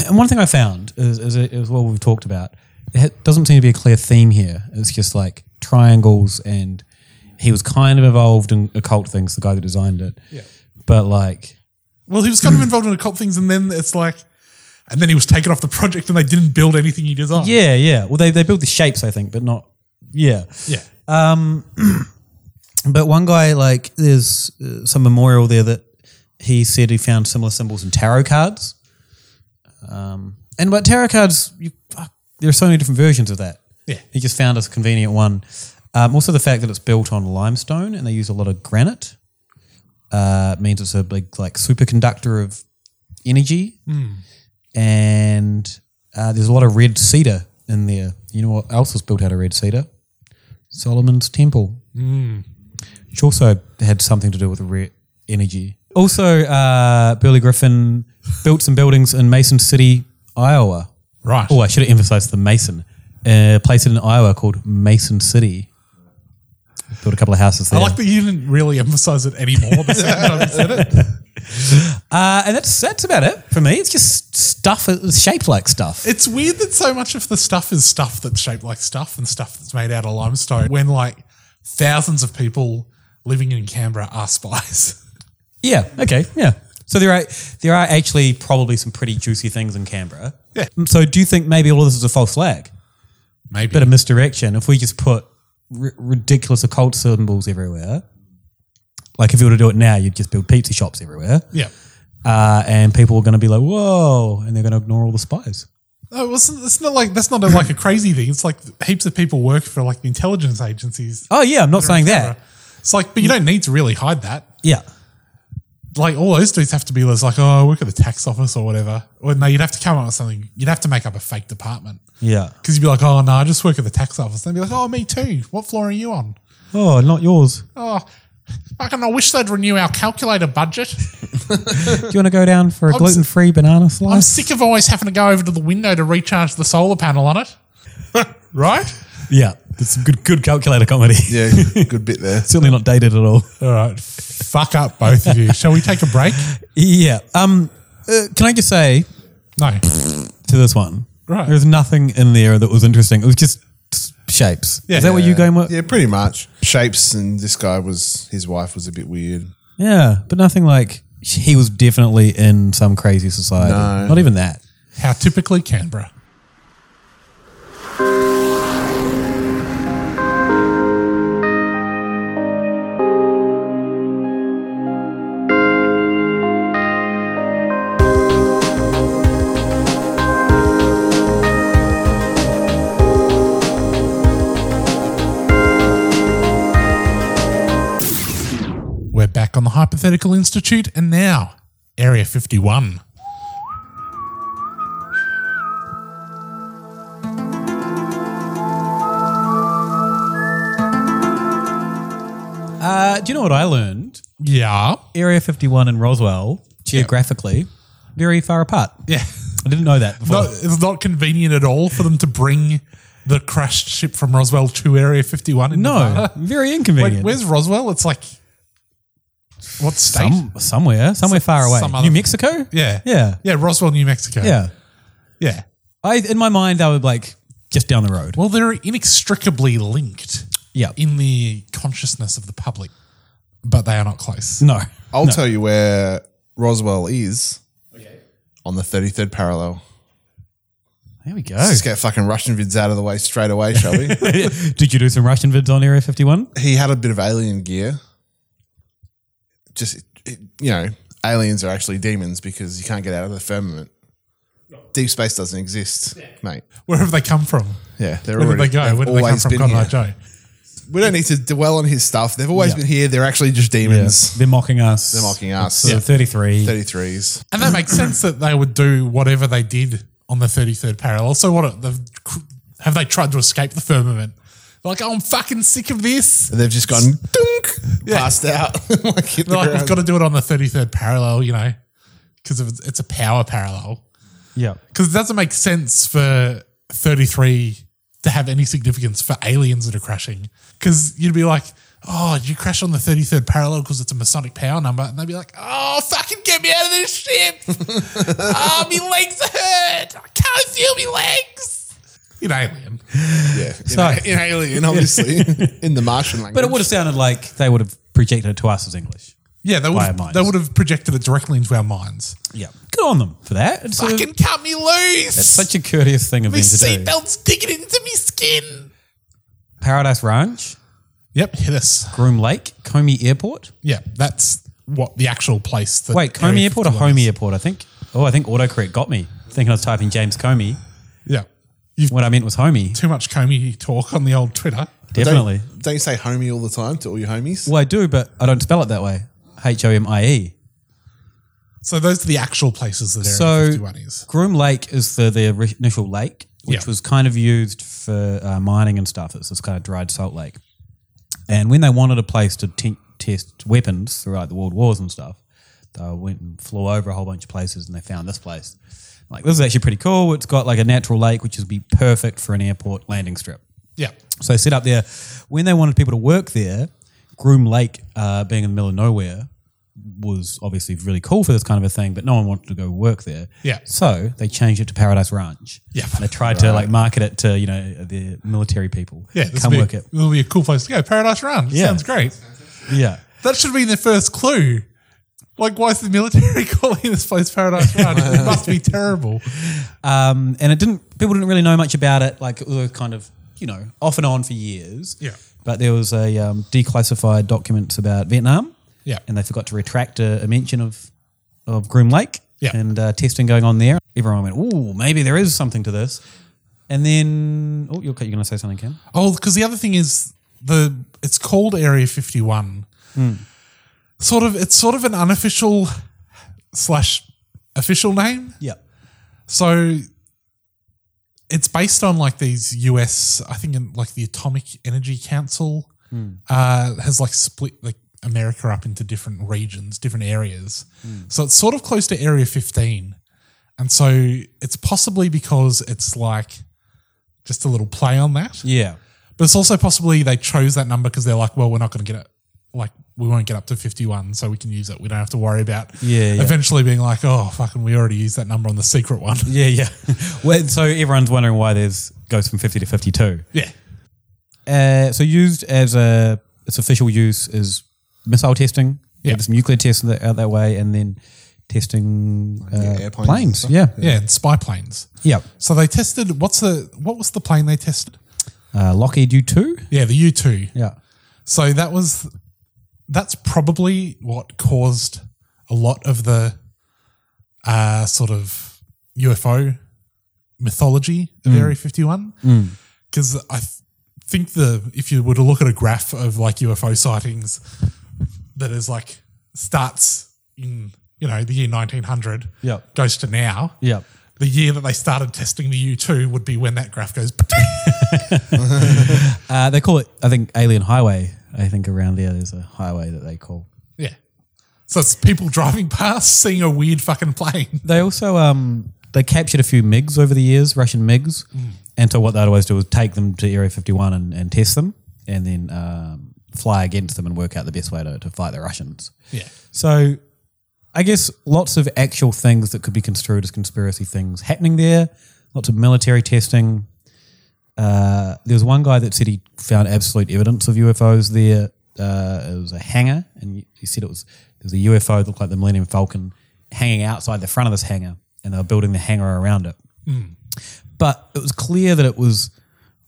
Speaker 6: and one thing I found is, is, is what we've talked about. There ha- doesn't seem to be a clear theme here. It's just like triangles, and he was kind of involved in occult things, the guy that designed it.
Speaker 7: Yeah.
Speaker 6: But like,
Speaker 7: Well, he was kind of involved in occult things, and then it's like, and then he was taken off the project, and they didn't build anything he designed.
Speaker 6: yeah, yeah. Well, they they build the shapes, I think, but not. Yeah,
Speaker 7: Yeah.
Speaker 6: Um, but one guy, like, there's uh, some memorial there that he said he found similar symbols in tarot cards. Um, and but tarot cards, you, fuck, there are so many different versions of that.
Speaker 7: Yeah.
Speaker 6: he just found us a convenient one. Um, also, the fact that it's built on limestone and they use a lot of granite uh, means it's a big like superconductor of energy.
Speaker 7: Hmm.
Speaker 6: And uh, there's a lot of red cedar in there. You know what else was built out of red cedar? Solomon's Temple,
Speaker 7: Mm.
Speaker 6: which also had something to do with re- energy. Also, uh, Burley Griffin built some buildings in Mason City, Iowa.
Speaker 7: Right.
Speaker 6: Oh, I should have emphasized the Mason. A place in Iowa called Mason City. Built a couple of houses there.
Speaker 7: I like that you didn't really emphasize it anymore. The second time you said it.
Speaker 6: Uh, and that's that's about it for me. It's just stuff it's shaped like stuff.
Speaker 7: It's weird that so much of the stuff is stuff that's shaped like stuff and stuff that's made out of limestone when like thousands of people living in Canberra are spies.
Speaker 6: Yeah. Okay. Yeah. So there are there are actually probably some pretty juicy things in Canberra.
Speaker 7: Yeah.
Speaker 6: So do you think maybe all of this is a false flag?
Speaker 7: Maybe
Speaker 6: bit of misdirection. If we just put r- ridiculous occult symbols everywhere, like if you were to do it now, you'd just build pizza shops everywhere.
Speaker 7: Yeah.
Speaker 6: Uh, and people are going to be like, "Whoa!" and they're going to ignore all the spies.
Speaker 7: No, Oh, it's, it's not like that's not a, like a crazy thing. It's like heaps of people work for like the intelligence agencies.
Speaker 6: Oh yeah, I'm not saying that.
Speaker 7: It's like, but you don't need to really hide that.
Speaker 6: Yeah.
Speaker 7: Like all those dudes have to be like, oh, I work at the tax office or whatever. Or no, you'd have to come up with something. You'd have to make up a fake department
Speaker 6: Yeah.
Speaker 7: because you'd be like, oh no, I just work at the tax office. They'd be like, oh, me too. What floor are you on?
Speaker 6: Oh, not yours.
Speaker 7: Oh, fucking! I wish they'd renew our calculator budget.
Speaker 6: Do you want to go down for a
Speaker 7: I'm s-
Speaker 6: gluten free banana slice?
Speaker 7: I'm sick of always having to go over to the window to recharge the solar panel on it. right?
Speaker 6: Yeah, it's some good good calculator comedy.
Speaker 3: Yeah, good bit there.
Speaker 6: Certainly not dated at all.
Speaker 7: All right, fuck up both of you. Shall we take a break?
Speaker 6: Yeah. Um. uh, can I just say
Speaker 7: No.
Speaker 6: to this one?
Speaker 7: Right.
Speaker 6: There's nothing in there that was interesting. It was just s- shapes. Is that what you going with?
Speaker 3: Yeah, pretty much. Shapes and this guy was his wife was a bit weird.
Speaker 6: Yeah, but nothing like he was definitely in some crazy society.
Speaker 3: No.
Speaker 6: Not even that.
Speaker 7: How typically Canberra. We're back on the Hypothetical Institute, and now Area 51.
Speaker 6: Uh, do you know what I learned?
Speaker 7: Yeah.
Speaker 6: Area 51 and Roswell, geographically, very far apart.
Speaker 7: Yeah.
Speaker 6: I didn't know that before.
Speaker 7: Not, it's not convenient at all for them to bring the crashed ship from Roswell to Area 51. In
Speaker 6: No,
Speaker 7: Nevada.
Speaker 6: very
Speaker 7: Wait,
Speaker 6: inconvenient.
Speaker 7: where's Roswell? It's like, what state?
Speaker 6: Some, somewhere, somewhere
Speaker 7: Some-
Speaker 6: far away.
Speaker 7: some other-
Speaker 6: New Mexico?
Speaker 7: yeah.
Speaker 6: Yeah.
Speaker 7: Yeah, Roswell, New Mexico.
Speaker 6: Yeah.
Speaker 7: Yeah.
Speaker 6: I in my mind I was like just down the road.
Speaker 7: Well, they're inextricably linked
Speaker 6: Yeah.
Speaker 7: in the consciousness of the public, but they are not close.
Speaker 6: No.
Speaker 3: I'll tell you where Roswell is. On the 33rd parallel.
Speaker 6: There we go.
Speaker 3: Let's just get fucking Russian vids out of the way straight away, shall we?
Speaker 6: Did you do some Russian vids on Area 51?
Speaker 3: he had a bit of alien gear. Just, it- you know, aliens are actually demons because you can't get out of the firmament. Deep space doesn't exist, mate.
Speaker 7: Where have they come from?
Speaker 3: Yeah, they're
Speaker 7: Where did
Speaker 3: already,
Speaker 7: they go?
Speaker 3: they've
Speaker 7: Where did they come
Speaker 3: always
Speaker 7: from?
Speaker 3: been
Speaker 7: God,
Speaker 3: here.
Speaker 7: no, Joe.
Speaker 3: We don't need to dwell on his stuff. They've always
Speaker 6: Yeah.
Speaker 3: been here. They're actually just demons.
Speaker 6: They're mocking us. uh,
Speaker 3: They're mocking us.
Speaker 6: So 33.
Speaker 3: 33s.
Speaker 7: And that makes sense that they would do whatever they did on the 33rd parallel. So what they've, have they tried to escape the firmament? Like, oh, I'm fucking sick of this.
Speaker 3: They've just gone dunk, passed out. like hit the
Speaker 7: They're like, we've
Speaker 3: ground.
Speaker 7: got to do it on the 33rd parallel, you know, because it's a power parallel.
Speaker 6: Yeah.
Speaker 7: Because it doesn't make sense for 33 to have any significance for aliens that are crashing. Because you'd be like, oh, you crash on the 33rd parallel because it's a Masonic power number. And they'd be like, oh, fucking get me out of this ship. oh, my legs hurt. I can't feel my legs. You're an alien.
Speaker 3: Yeah.
Speaker 6: So-
Speaker 3: in, in alien, obviously. in the Martian language.
Speaker 6: But it would have sounded like they would have projected it to us as English.
Speaker 7: Yeah, they would
Speaker 6: By our
Speaker 7: have,
Speaker 6: minds.
Speaker 7: they would have projected it directly into our minds.
Speaker 6: Yeah, good on them for that. It's a-
Speaker 7: Fucking cut me loose.
Speaker 6: That's such a courteous thing of
Speaker 7: my
Speaker 6: them to do.
Speaker 7: seatbelt's digging into me skin.
Speaker 6: Paradise Ranch.
Speaker 7: Yep, hit us.
Speaker 6: Groom Lake, Comey Airport.
Speaker 7: Yeah, that's what the actual place. That
Speaker 6: Wait, Comey
Speaker 7: Area
Speaker 6: Airport or
Speaker 7: 51
Speaker 6: Homey
Speaker 7: is.
Speaker 6: Airport? I think. Oh, I think autocorrect got me. Thinking I was typing James Comey.
Speaker 7: Yeah.
Speaker 6: what I meant was Homey.
Speaker 7: Too much Comey talk on the old Twitter.
Speaker 6: Definitely.
Speaker 3: Don't, don't you say homie all the time to all your homies?
Speaker 6: Well, I do, but I don't spell it that way. H O M I E.
Speaker 7: So those are the actual places that Area
Speaker 6: So
Speaker 7: 51 is.
Speaker 6: Groom Lake is the, the ori- initial lake, which
Speaker 7: Yeah.
Speaker 6: was kind of used for uh, mining and stuff. It's this kind of dried salt lake. And when they wanted a place to t- test weapons throughout the world wars and stuff, they went and flew over a whole bunch of places and they found this place. Like, this is actually pretty cool. It's got like a natural lake, which would be perfect for an airport landing strip.
Speaker 7: Yeah.
Speaker 6: So they set up there. When they wanted people to work there, Groom Lake, uh, being in the middle of nowhere, was obviously really cool for this kind of a thing, but no one wanted to go work there.
Speaker 7: Yeah.
Speaker 6: So they changed it to Paradise Ranch.
Speaker 7: Yeah.
Speaker 6: And they tried to
Speaker 7: Right.
Speaker 6: like market it to, you know, the military people.
Speaker 7: Yeah, this
Speaker 6: Come
Speaker 7: will
Speaker 6: work
Speaker 7: be,
Speaker 6: it.
Speaker 7: will be a cool place to go. Paradise Run.
Speaker 6: Yeah.
Speaker 7: Sounds great.
Speaker 6: Yeah.
Speaker 7: That should be the first clue. Like, why is the military calling this place Paradise Run? it must be terrible.
Speaker 6: Um, and it didn't, people didn't really know much about it. Like it was kind of, you know, off and on for years.
Speaker 7: Yeah.
Speaker 6: But there was a um, declassified documents about Vietnam.
Speaker 7: Yeah.
Speaker 6: And they forgot to retract a, a mention of, of Groom Lake.
Speaker 7: Yeah.
Speaker 6: And uh, testing going on there. Everyone went, ooh, maybe there is something to this. And then, oh, you're, you're going to say something, Cam?
Speaker 7: Oh, because the other thing is the it's called Area 51.
Speaker 9: Hmm.
Speaker 7: Sort of, it's sort of an unofficial slash official name.
Speaker 6: Yeah.
Speaker 7: So it's based on like these US, I think, in like the Atomic Energy Council
Speaker 9: Hmm.
Speaker 7: uh, has like split like America up into different regions, different areas.
Speaker 9: Hmm.
Speaker 7: So it's sort of close to Area 15. And so it's possibly because it's like just a little play on that.
Speaker 6: Yeah.
Speaker 7: But it's also possibly they chose that number because they're like, well, we're not going to get it. Like, we won't get up to 51, so we can use it. We don't have to worry about
Speaker 6: Yeah, yeah.
Speaker 7: eventually being like, oh, fucking, we already used that number on the secret one.
Speaker 6: Yeah, yeah. well, so everyone's wondering why there's goes from 50 to 52.
Speaker 7: Yeah.
Speaker 6: Uh, so used as a its official use is missile testing.
Speaker 7: Yeah.
Speaker 6: There's nuclear tests that, out that way, and then testing uh,
Speaker 3: airplanes and
Speaker 6: planes.
Speaker 3: stuff.
Speaker 6: Yeah.
Speaker 7: Yeah, and spy planes.
Speaker 6: Yeah.
Speaker 7: So they tested, what's the, what was the plane they tested?
Speaker 6: Uh, Lockheed U2.
Speaker 7: Yeah, the U two.
Speaker 6: Yeah.
Speaker 7: So that was that's probably what caused a lot of the uh, sort of UFO mythology of
Speaker 9: Mm.
Speaker 7: Area fifty one.
Speaker 9: Mm.
Speaker 7: Because I th- think the if you were to look at a graph of like UFO sightings that is like starts in you know the year nineteen hundred,
Speaker 6: Yeah.
Speaker 7: goes to now,
Speaker 6: Yeah.
Speaker 7: the year that they started testing the U two would be when that graph goes.
Speaker 6: Uh, they call it, I think, Alien Highway. I think around there there's a highway that they call.
Speaker 7: Yeah. So it's people driving past seeing a weird fucking plane.
Speaker 6: They also um, they captured a few MiGs over the years, Russian MiGs, and so what they'd always do is take them to Area 51 and, and test them, and then um, fly against them and work out the best way to, to fight the Russians.
Speaker 7: Yeah.
Speaker 6: So I guess lots of actual things that could be construed as conspiracy things happening there. Lots of military testing. Uh, there was one guy that said he found absolute evidence of UFOs there. Uh, it was a hangar, and he said it was there was a UFO that looked like the Millennium Falcon hanging outside the front of this hangar, and they were building the hangar around it.
Speaker 9: Mm.
Speaker 6: But it was clear that it was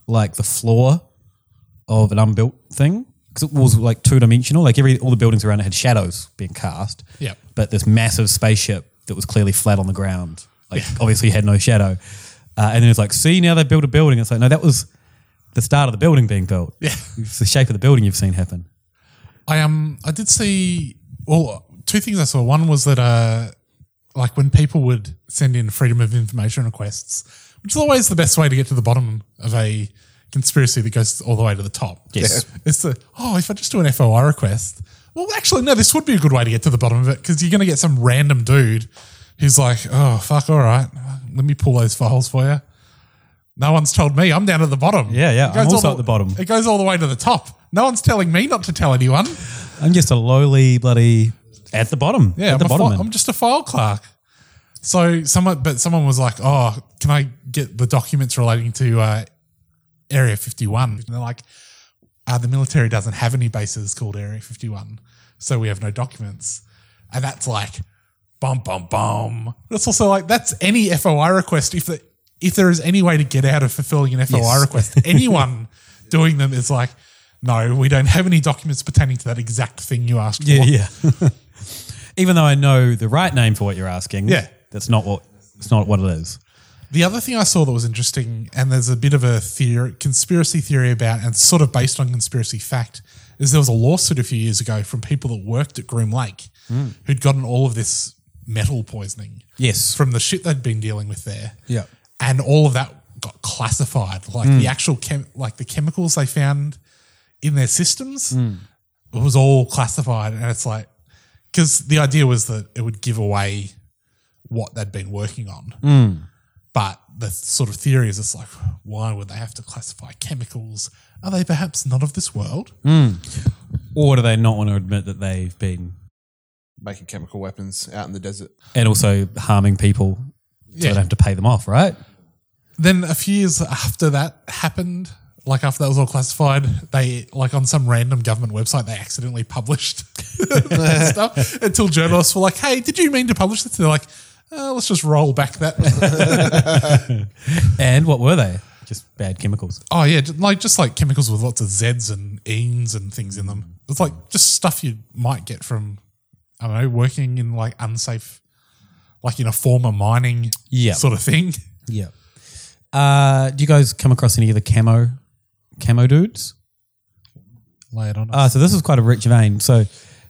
Speaker 6: like the floor of an unbuilt thing because it was like two dimensional. Like every all the buildings around it had shadows being cast.
Speaker 7: Yep.
Speaker 6: But this massive spaceship that was clearly flat on the ground, like
Speaker 7: Yeah.
Speaker 6: obviously had no shadow. Uh, and then it's like, see, now they built a building. It's like, no, that was the start of the building being built.
Speaker 7: Yeah.
Speaker 6: It's the shape of the building you've seen happen.
Speaker 7: I um I did see well two things I saw. One was that uh like when people would send in freedom of information requests, which is always the best way to get to the bottom of a conspiracy that goes all the way to the top.
Speaker 6: Yes.
Speaker 7: It's the oh, if I just do an FOI request. Well, actually, no, this would be a good way to get to the bottom of it because you're going to get some random dude who's like, oh, fuck, all right, let me pull those files for you. No one's told me. I'm down at the bottom.
Speaker 6: Yeah, yeah,
Speaker 7: It
Speaker 6: I'm
Speaker 7: goes
Speaker 6: also
Speaker 7: all
Speaker 6: at the bottom.
Speaker 7: It goes all the way to the top. No one's telling me not to tell anyone.
Speaker 6: I'm just a lowly bloody at the bottom.
Speaker 7: Yeah,
Speaker 6: at
Speaker 7: I'm,
Speaker 6: the
Speaker 7: a
Speaker 6: bottom.
Speaker 7: fi-
Speaker 6: end.
Speaker 7: I'm just a file clerk. So someone, but someone was like, "Oh, can I get the documents relating to uh, Area 51?" And they're like, uh, the military doesn't have any bases called Area 51, so we have no documents. And that's like, bum, bum, bum. But it's also like, that's any FOI request. If, the, if there is any way to get out of fulfilling an FOI
Speaker 6: Yes.
Speaker 7: request, anyone doing them is like, no, we don't have any documents pertaining to that exact thing you asked
Speaker 6: Yeah,
Speaker 7: for.
Speaker 6: yeah. Even though I know the right name for what you're asking,
Speaker 7: Yeah.
Speaker 6: that's not what it's not what it is.
Speaker 7: The other thing I saw that was interesting, and there's a bit of a theory, conspiracy theory about, and sort of based on conspiracy fact, is there was a lawsuit a few years ago from people that worked at Groom Lake
Speaker 6: Mm.
Speaker 7: who'd gotten all of this metal poisoning.
Speaker 6: Yes.
Speaker 7: From the shit they'd been dealing with there.
Speaker 6: Yeah.
Speaker 7: And all of that got classified. Like
Speaker 6: Mm.
Speaker 7: the actual chem- like the chemicals they found in their systems
Speaker 6: Mm.
Speaker 7: it was all classified and it's like because the idea was that it would give away what they'd been working on
Speaker 6: Mm.
Speaker 7: but the sort of theory is it's like why would they have to classify chemicals are they perhaps not of this world
Speaker 6: Mm. Or do they not want to admit that they've been
Speaker 3: making chemical weapons out in the desert.
Speaker 6: and also harming people so
Speaker 7: Yeah.
Speaker 6: they don't have to pay them off, right?
Speaker 7: then a few years after that happened like after that was all classified they like on some random government website they accidentally published that stuff until journalists were like hey did you mean to publish this they're like uh, let's just roll back that
Speaker 6: and what were they? Just bad chemicals.
Speaker 7: Oh yeah, ju- like just like chemicals with lots of Z's and E's and things in them. It's like just stuff you might get from I don't know, working in like unsafe, like in a former mining
Speaker 6: Yeah.
Speaker 7: sort of thing.
Speaker 6: Yeah. Uh, do you guys come across any of the camo camo dudes?
Speaker 7: Lay it on.
Speaker 6: Uh, so this is quite a rich vein. So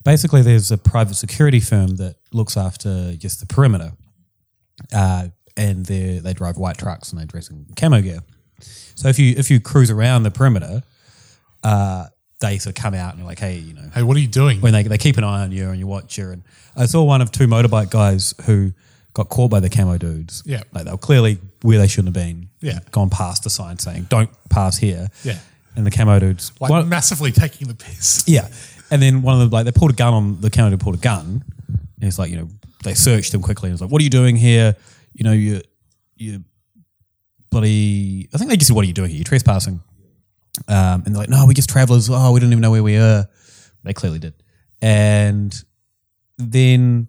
Speaker 6: basically, there's a private security firm that looks after just the perimeter, uh, and they they drive white trucks and they dress in camo gear. So if you if you cruise around the perimeter, uh, they sort of come out and they're like, hey, you know,
Speaker 7: hey, what are you doing?
Speaker 6: When they they keep an eye on you and you watch you. And I saw one of two motorbike guys who got caught by the camo dudes.
Speaker 7: Yeah.
Speaker 6: like they were clearly where they shouldn't have been.
Speaker 7: Yeah.
Speaker 6: gone past the sign saying don't pass here.
Speaker 7: Yeah.
Speaker 6: and the camo dudes
Speaker 7: like massively taking the piss.
Speaker 6: yeah. And then one of the like they pulled a gun on the counter pulled a gun. And it's like, you know, they searched him quickly and was like, What are you doing here? You know, you you bloody I think they just said, What are you doing here? You're trespassing. Um, and they're like, No, we're just travelers. Oh, we didn't even know where we were. They clearly did. And then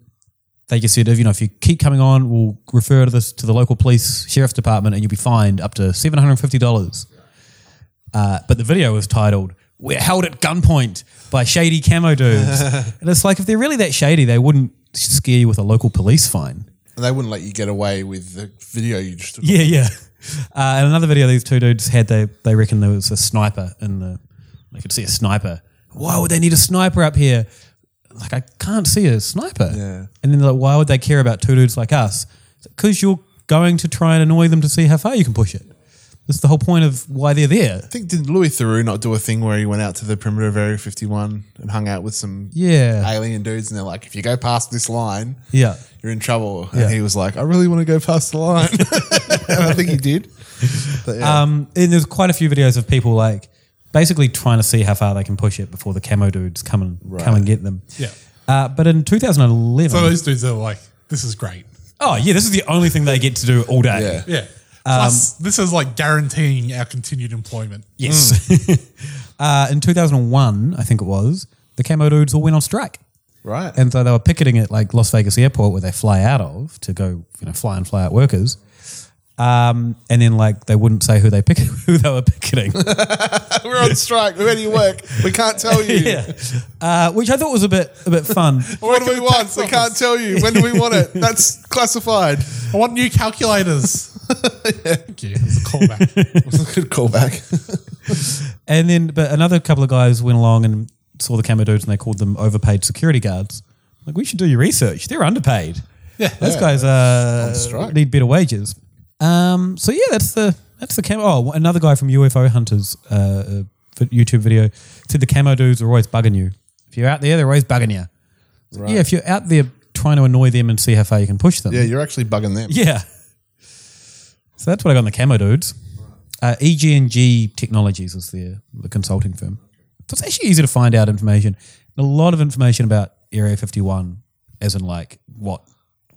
Speaker 6: they just said, if you know, if you keep coming on, we'll refer to this to the local police sheriff's department, and you'll be fined up to seven hundred and fifty dollars. Uh, but the video was titled "We're Held at Gunpoint" by shady camo dudes, and it's like if they're really that shady, they wouldn't scare you with a local police fine.
Speaker 3: And they wouldn't let you get away with the video you just took.
Speaker 6: Yeah, yeah. Uh, and another video these two dudes had, they they reckon there was a sniper in the. They could see a sniper. Why would they need a sniper up here? Like I can't see a sniper. Yeah. And then they're like, why would they care about two dudes like us? Because you're going to try and annoy them to see how far you can push it. That's the whole point of why they're there.
Speaker 3: I think did Louis Theroux not do a thing where he went out to the perimeter of Area 51 and hung out with some
Speaker 6: Yeah.
Speaker 3: alien dudes and they're like, if you go past this line,
Speaker 6: Yeah.
Speaker 3: you're in trouble.
Speaker 6: Yeah.
Speaker 3: And he was like, I really want to go past the line. and I think he did. But yeah.
Speaker 6: Um, and there's quite a few videos of people like basically trying to see how far they can push it before the camo dudes come and come and get them.
Speaker 7: Yeah.
Speaker 6: Uh, but in 2011,
Speaker 7: So those dudes are like, this is great.
Speaker 6: Oh yeah, this is the only thing they get to do all day.
Speaker 7: Yeah. Plus,
Speaker 6: Um,
Speaker 7: this is like guaranteeing our continued employment.
Speaker 6: Yes. uh, in 2001, I think it was, the camo dudes all went on strike.
Speaker 3: Right.
Speaker 6: And so they were picketing at like Las Vegas airport where they fly out of to go, you know, fly and fly out workers. Um, and then like they wouldn't say who they pick who they were picketing.
Speaker 3: We're on strike. Where do you work? We can't tell you.
Speaker 6: Yeah. uh, which I thought was a bit a bit fun.
Speaker 3: What do we want? We can't tell you. When do we want it? That's classified.
Speaker 7: I want new calculators. Thank you. It was a callback.
Speaker 3: Good callback.
Speaker 6: And then, but another couple of guys went along and saw the camo dudes and they called them overpaid security guards. Like, we should do your research. They're underpaid.
Speaker 7: Yeah.
Speaker 6: Those
Speaker 7: Yeah,
Speaker 6: guys
Speaker 7: on
Speaker 6: uh,
Speaker 7: strike.
Speaker 6: need better wages. Um, so, yeah, that's the that's the camo. Oh, another guy from UFO Hunters uh, uh, vi- YouTube video said the camo dudes are always bugging you. If you're out there, they're always bugging you. So,
Speaker 3: Right.
Speaker 6: Yeah, if you're out there trying to annoy them and see how far you can push them.
Speaker 3: Yeah, you're actually bugging them.
Speaker 6: Yeah. So that's what I got on the camo dudes. Uh, EG&G Technologies is their the consulting firm. So it's actually easy to find out information. A lot of information about Area 51, as in like what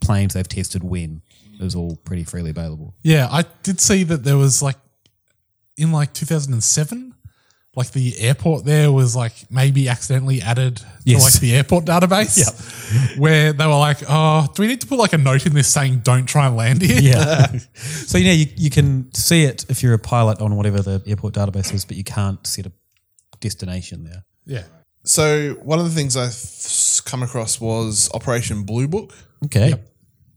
Speaker 6: planes they've tested when, is all pretty freely available.
Speaker 7: Yeah, I did see that there was like in like 2007, like the airport there was like maybe accidentally added to
Speaker 6: Yes.
Speaker 7: like the airport database. Yeah. Where they were like, oh, do we need to put like a note in this saying don't try and land here?
Speaker 6: Yeah. so you know you, you can see it if you're a pilot on whatever the airport database is, but you can't set a destination there.
Speaker 7: Yeah.
Speaker 3: So one of the things I've s- come across was Operation Blue Book.
Speaker 6: Okay.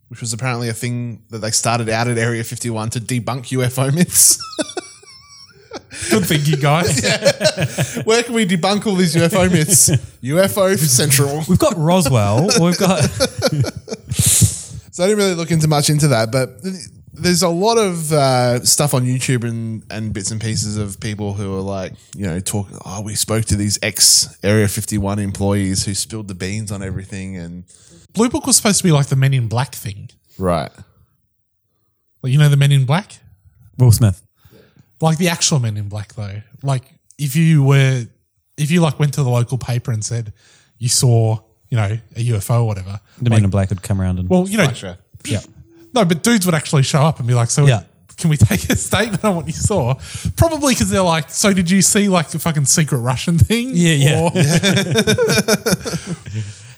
Speaker 3: Which was apparently a thing that they started out at Area 51 to debunk UFO myths.
Speaker 7: Good thinking, guys.
Speaker 3: Where can we debunk all these UFO myths? UFO Central.
Speaker 6: We've got Roswell. We've got.
Speaker 3: so I didn't really look into much into that, but th- there's a lot of uh, stuff on YouTube and, and bits and pieces of people who are like, you know, talking. Oh, we spoke to these ex Area 51 employees who spilled the beans on everything, and
Speaker 7: Blue Book was supposed to be like the Men in Black thing.
Speaker 3: right.
Speaker 7: Like, you know, the Men in Black?
Speaker 6: Will Smith.
Speaker 7: Like the actual Men in Black, though. Like if you were, if you like went to the local paper and said you saw, you know, a UFO or whatever.
Speaker 6: The
Speaker 7: like,
Speaker 6: man in black would come around and.
Speaker 7: Well, you know,
Speaker 6: Yeah.
Speaker 7: no, but dudes would actually show up and be like, so
Speaker 6: Yeah.
Speaker 7: can we take a statement on what you saw? Probably because they're like, so did you see like the fucking secret Russian thing?
Speaker 6: Yeah, yeah.
Speaker 7: Or-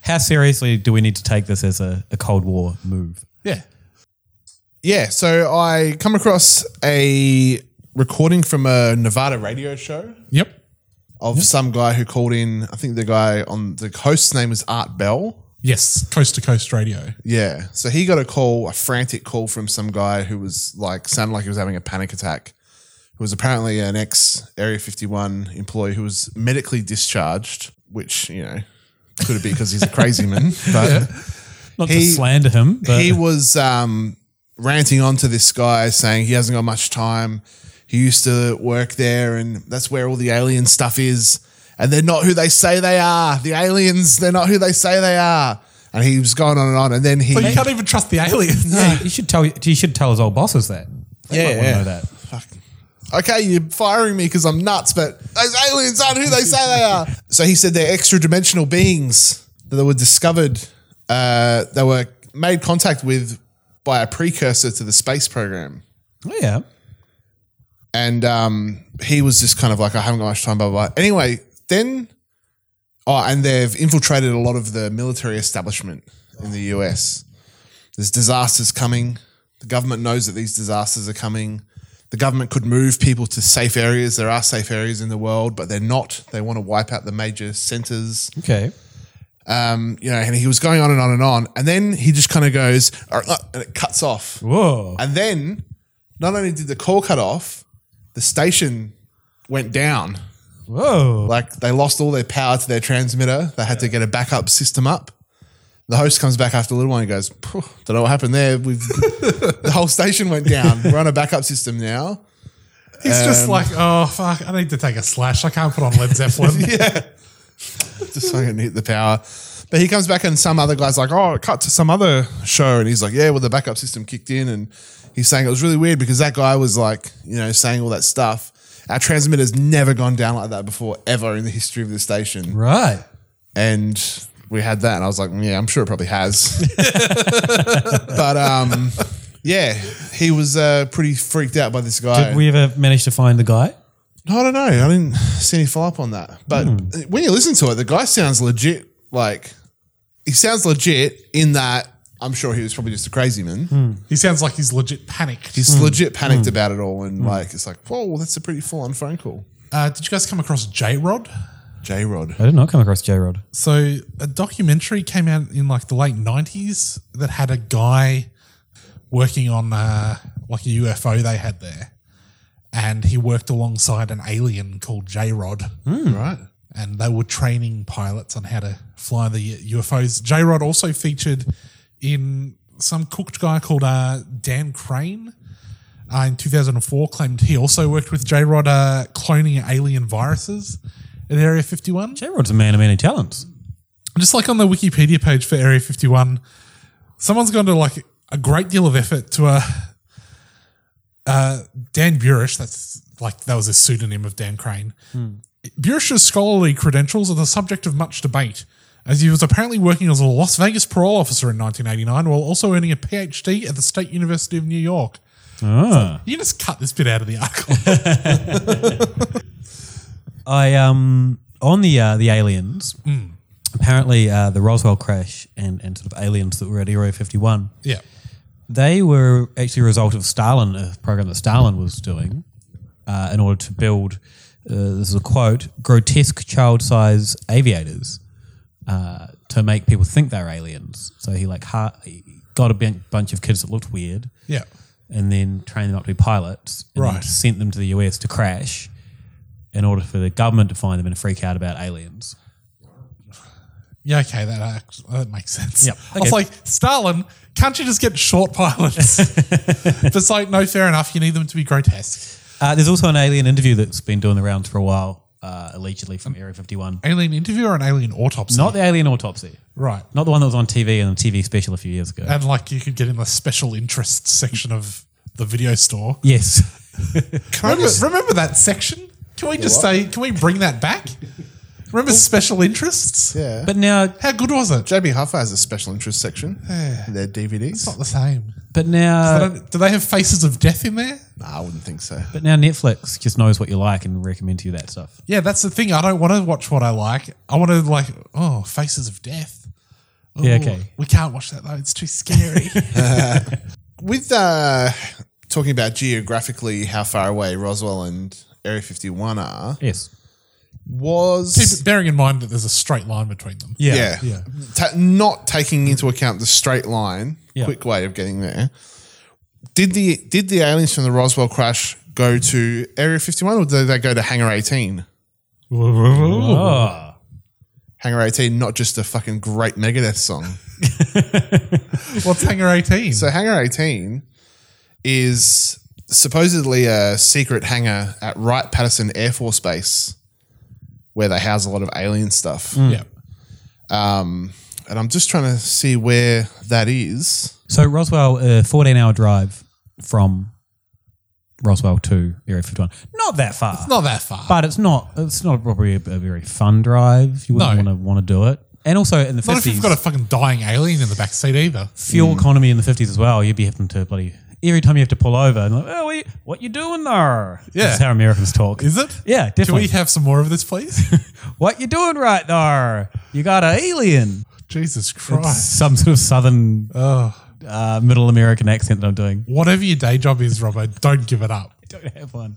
Speaker 6: How seriously do we need to take this as a, a Cold War move?
Speaker 7: yeah.
Speaker 3: Yeah, so I come across a recording from a Nevada radio show.
Speaker 7: Yep.
Speaker 3: Of some guy who called in, I think the guy on the host's name is Art Bell.
Speaker 7: Yes. Coast to coast radio.
Speaker 3: Yeah. So he got a call, a frantic call from some guy who was like, sounded like he was having a panic attack, who was apparently an ex Area 51 employee who was medically discharged, which, you know, could it be because he's a crazy man? But
Speaker 6: Not to slander him, but
Speaker 3: he was um, ranting on to this guy saying he hasn't got much time. He used to work there, and that's where all the alien stuff is. And they're not who they say they are. The aliens, they're not who they say they are. And he was going on and on. And then he.
Speaker 7: But you can't even trust the aliens.
Speaker 6: Yeah, you should tell you should tell his old bosses that. They might
Speaker 3: yeah,
Speaker 6: wanna
Speaker 3: yeah.
Speaker 6: know that.
Speaker 3: Okay, you're firing me because I'm nuts, but those aliens aren't who they say they are. So he said they're extra dimensional beings that were discovered, uh, they were made contact with by a precursor to the space program.
Speaker 6: Oh yeah.
Speaker 3: And um, he was just kind of like, I haven't got much time, blah, blah, blah. Anyway, then, oh, and they've infiltrated a lot of the military establishment in the US. There's disasters coming. The government knows that these disasters are coming. The government could move people to safe areas. There are safe areas in the world, but they're not. They want to wipe out the major centers.
Speaker 6: Okay.
Speaker 3: Um, you know, and he was going on and on and on. And then he just kind of goes, "All right," and it cuts off.
Speaker 6: Whoa.
Speaker 3: And then not only did the call cut off, the station went down.
Speaker 6: Whoa.
Speaker 3: Like they lost all their power to their transmitter. They had to get a backup system up. The host comes back after a little while and goes, "Phew, Don't know what happened there. We've, the whole station went down. We're on a backup system now.
Speaker 7: He's just
Speaker 3: Um,
Speaker 7: like, oh, fuck, I need to take a slash. I can't put on Led Zeppelin.
Speaker 3: yeah. just fucking hit the power. But he comes back and some other guy's like, oh, it cut to some other show. And he's like, yeah, well, the backup system kicked in. And he's saying it was really weird because that guy was like, you know, saying all that stuff. Our transmitter's never gone down like that before, ever in the history of the station.
Speaker 6: Right.
Speaker 3: And we had that. And I was like, "Mm, yeah, I'm sure it probably has. but um, yeah, he was uh, pretty freaked out by this guy.
Speaker 6: Did we ever manage to find the guy?
Speaker 3: I don't know. I didn't see any follow up on that. But when you listen to it, the guy sounds legit. Like he sounds legit in that I'm sure he was probably just a crazy man.
Speaker 7: He sounds like he's legit panicked.
Speaker 3: He's legit panicked about it all, and like it's like, whoa, that's a pretty full on phone call.
Speaker 7: Uh, did you guys come across J Rod?
Speaker 3: J Rod.
Speaker 6: I did not come across J Rod.
Speaker 7: So a documentary came out in like the late nineties that had a guy working on uh, like a UFO they had there, and he worked alongside an alien called J Rod.
Speaker 3: Hmm. Right.
Speaker 7: And they were training pilots on how to fly the UFOs. J Rod also featured in some cooked guy called uh, Dan Crane. Uh, in 2004, claimed he also worked with J Rod uh, cloning alien viruses at Area 51.
Speaker 6: J Rod's a man of many talents.
Speaker 7: just like on the Wikipedia page for Area 51, someone's gone to like a great deal of effort to uh, uh, Dan Burish. That's like that was a pseudonym of Dan Crane. Burish's scholarly credentials are the subject of much debate, as he was apparently working as a Las Vegas parole officer in 1989 while also earning a PhD at the State University of New York.
Speaker 6: Ah.
Speaker 7: You just cut this bit out of the article.
Speaker 6: I um on the uh, the aliens.
Speaker 7: Mm.
Speaker 6: Apparently, uh, the Roswell crash and, and sort of aliens that were at Area Fifty One.
Speaker 7: Yeah.
Speaker 6: They were actually a result of Stalin, a program that Stalin was doing, uh, in order to build. Uh, this is a quote: grotesque child-size aviators uh, to make people think they're aliens. So he like ha- he got a ben- bunch of kids that looked weird,
Speaker 7: Yeah.
Speaker 6: and then trained them up to be pilots, and then
Speaker 7: Right.
Speaker 6: sent them to the US to crash, in order for the government to find them and freak out about aliens.
Speaker 7: Yeah, okay, that act- that makes sense.
Speaker 6: Yep,
Speaker 7: I was
Speaker 6: okay.
Speaker 7: like, Stalin, can't you just get short pilots? but it's like, no, fair enough. You need them to be grotesque.
Speaker 6: Uh, there's also an alien interview that's been doing the rounds for a while, uh, allegedly from Area 51.
Speaker 7: Alien interview or an alien autopsy?
Speaker 6: Not the alien autopsy.
Speaker 7: Right.
Speaker 6: Not the one that was on TV and a TV special a few years ago.
Speaker 7: And like, you could get in the special interest section of the video store.
Speaker 6: yes.
Speaker 7: Can I just- remember that section? Can we just
Speaker 6: What?
Speaker 7: say? Can we bring that back? Remember special interests?
Speaker 3: Yeah.
Speaker 6: But now,
Speaker 7: how good was it?
Speaker 3: JB Huffer has a special interest section.
Speaker 7: Yeah.
Speaker 3: in Their DVDs. It's
Speaker 7: not the same. uh,
Speaker 6: But now,
Speaker 7: do, they don't- do they have faces of death in there?
Speaker 3: Nah, I wouldn't think so.
Speaker 6: but now Netflix just knows what you like and recommend to you that stuff.
Speaker 7: Yeah, that's the thing. I don't want to watch what I like. I want to like, oh, faces of death.
Speaker 6: Yeah,
Speaker 7: Ooh,
Speaker 6: okay.
Speaker 7: We can't watch that though. It's too scary.
Speaker 3: With uh, talking about geographically how far away Roswell and Area 51 are.
Speaker 6: Yes.
Speaker 3: Was
Speaker 7: Keep, bearing in mind that there's a straight line between them.
Speaker 3: Yeah. Ta- not taking into account the straight line,
Speaker 7: Yeah.
Speaker 3: quick way of getting there. Did the did the aliens from the Roswell crash go to Area 51 or did they go to Hangar 18?
Speaker 6: Ah.
Speaker 3: Hangar 18, not just a fucking great Megadeth song.
Speaker 7: What's Hangar 18?
Speaker 3: So Hangar 18 is supposedly a secret hangar at Wright Patterson Air Force Base where they house a lot of alien stuff.
Speaker 7: Mm.
Speaker 6: Hmm.
Speaker 7: Yeah.
Speaker 3: Um, and I'm just trying to see where that is.
Speaker 6: So Roswell, a 14 hour drive from Roswell to Area 51. Not that far. It's
Speaker 7: not that far.
Speaker 6: But it's not. It's not probably a, a very fun drive. You wouldn't
Speaker 7: No.
Speaker 6: want to want to do it. And also in the
Speaker 7: Not if you've
Speaker 6: 50s,
Speaker 7: got a Mm. fucking dying alien in the backseat either.
Speaker 6: fuel economy in the 50s as well. You'd be having to bloody every time you have to pull over. And like, oh, what you, what you doing there?
Speaker 7: Yeah.
Speaker 6: This is how Americans talk.
Speaker 7: Is it?
Speaker 6: Yeah, definitely.
Speaker 7: Can we have some more of this, please?
Speaker 6: what you doing right there? You got an alien.
Speaker 7: Jesus Christ.
Speaker 6: It's some sort of southern, uh, middle American accent that I'm doing.
Speaker 7: Whatever your day job is, Robert, don't give it up.
Speaker 6: don't have one.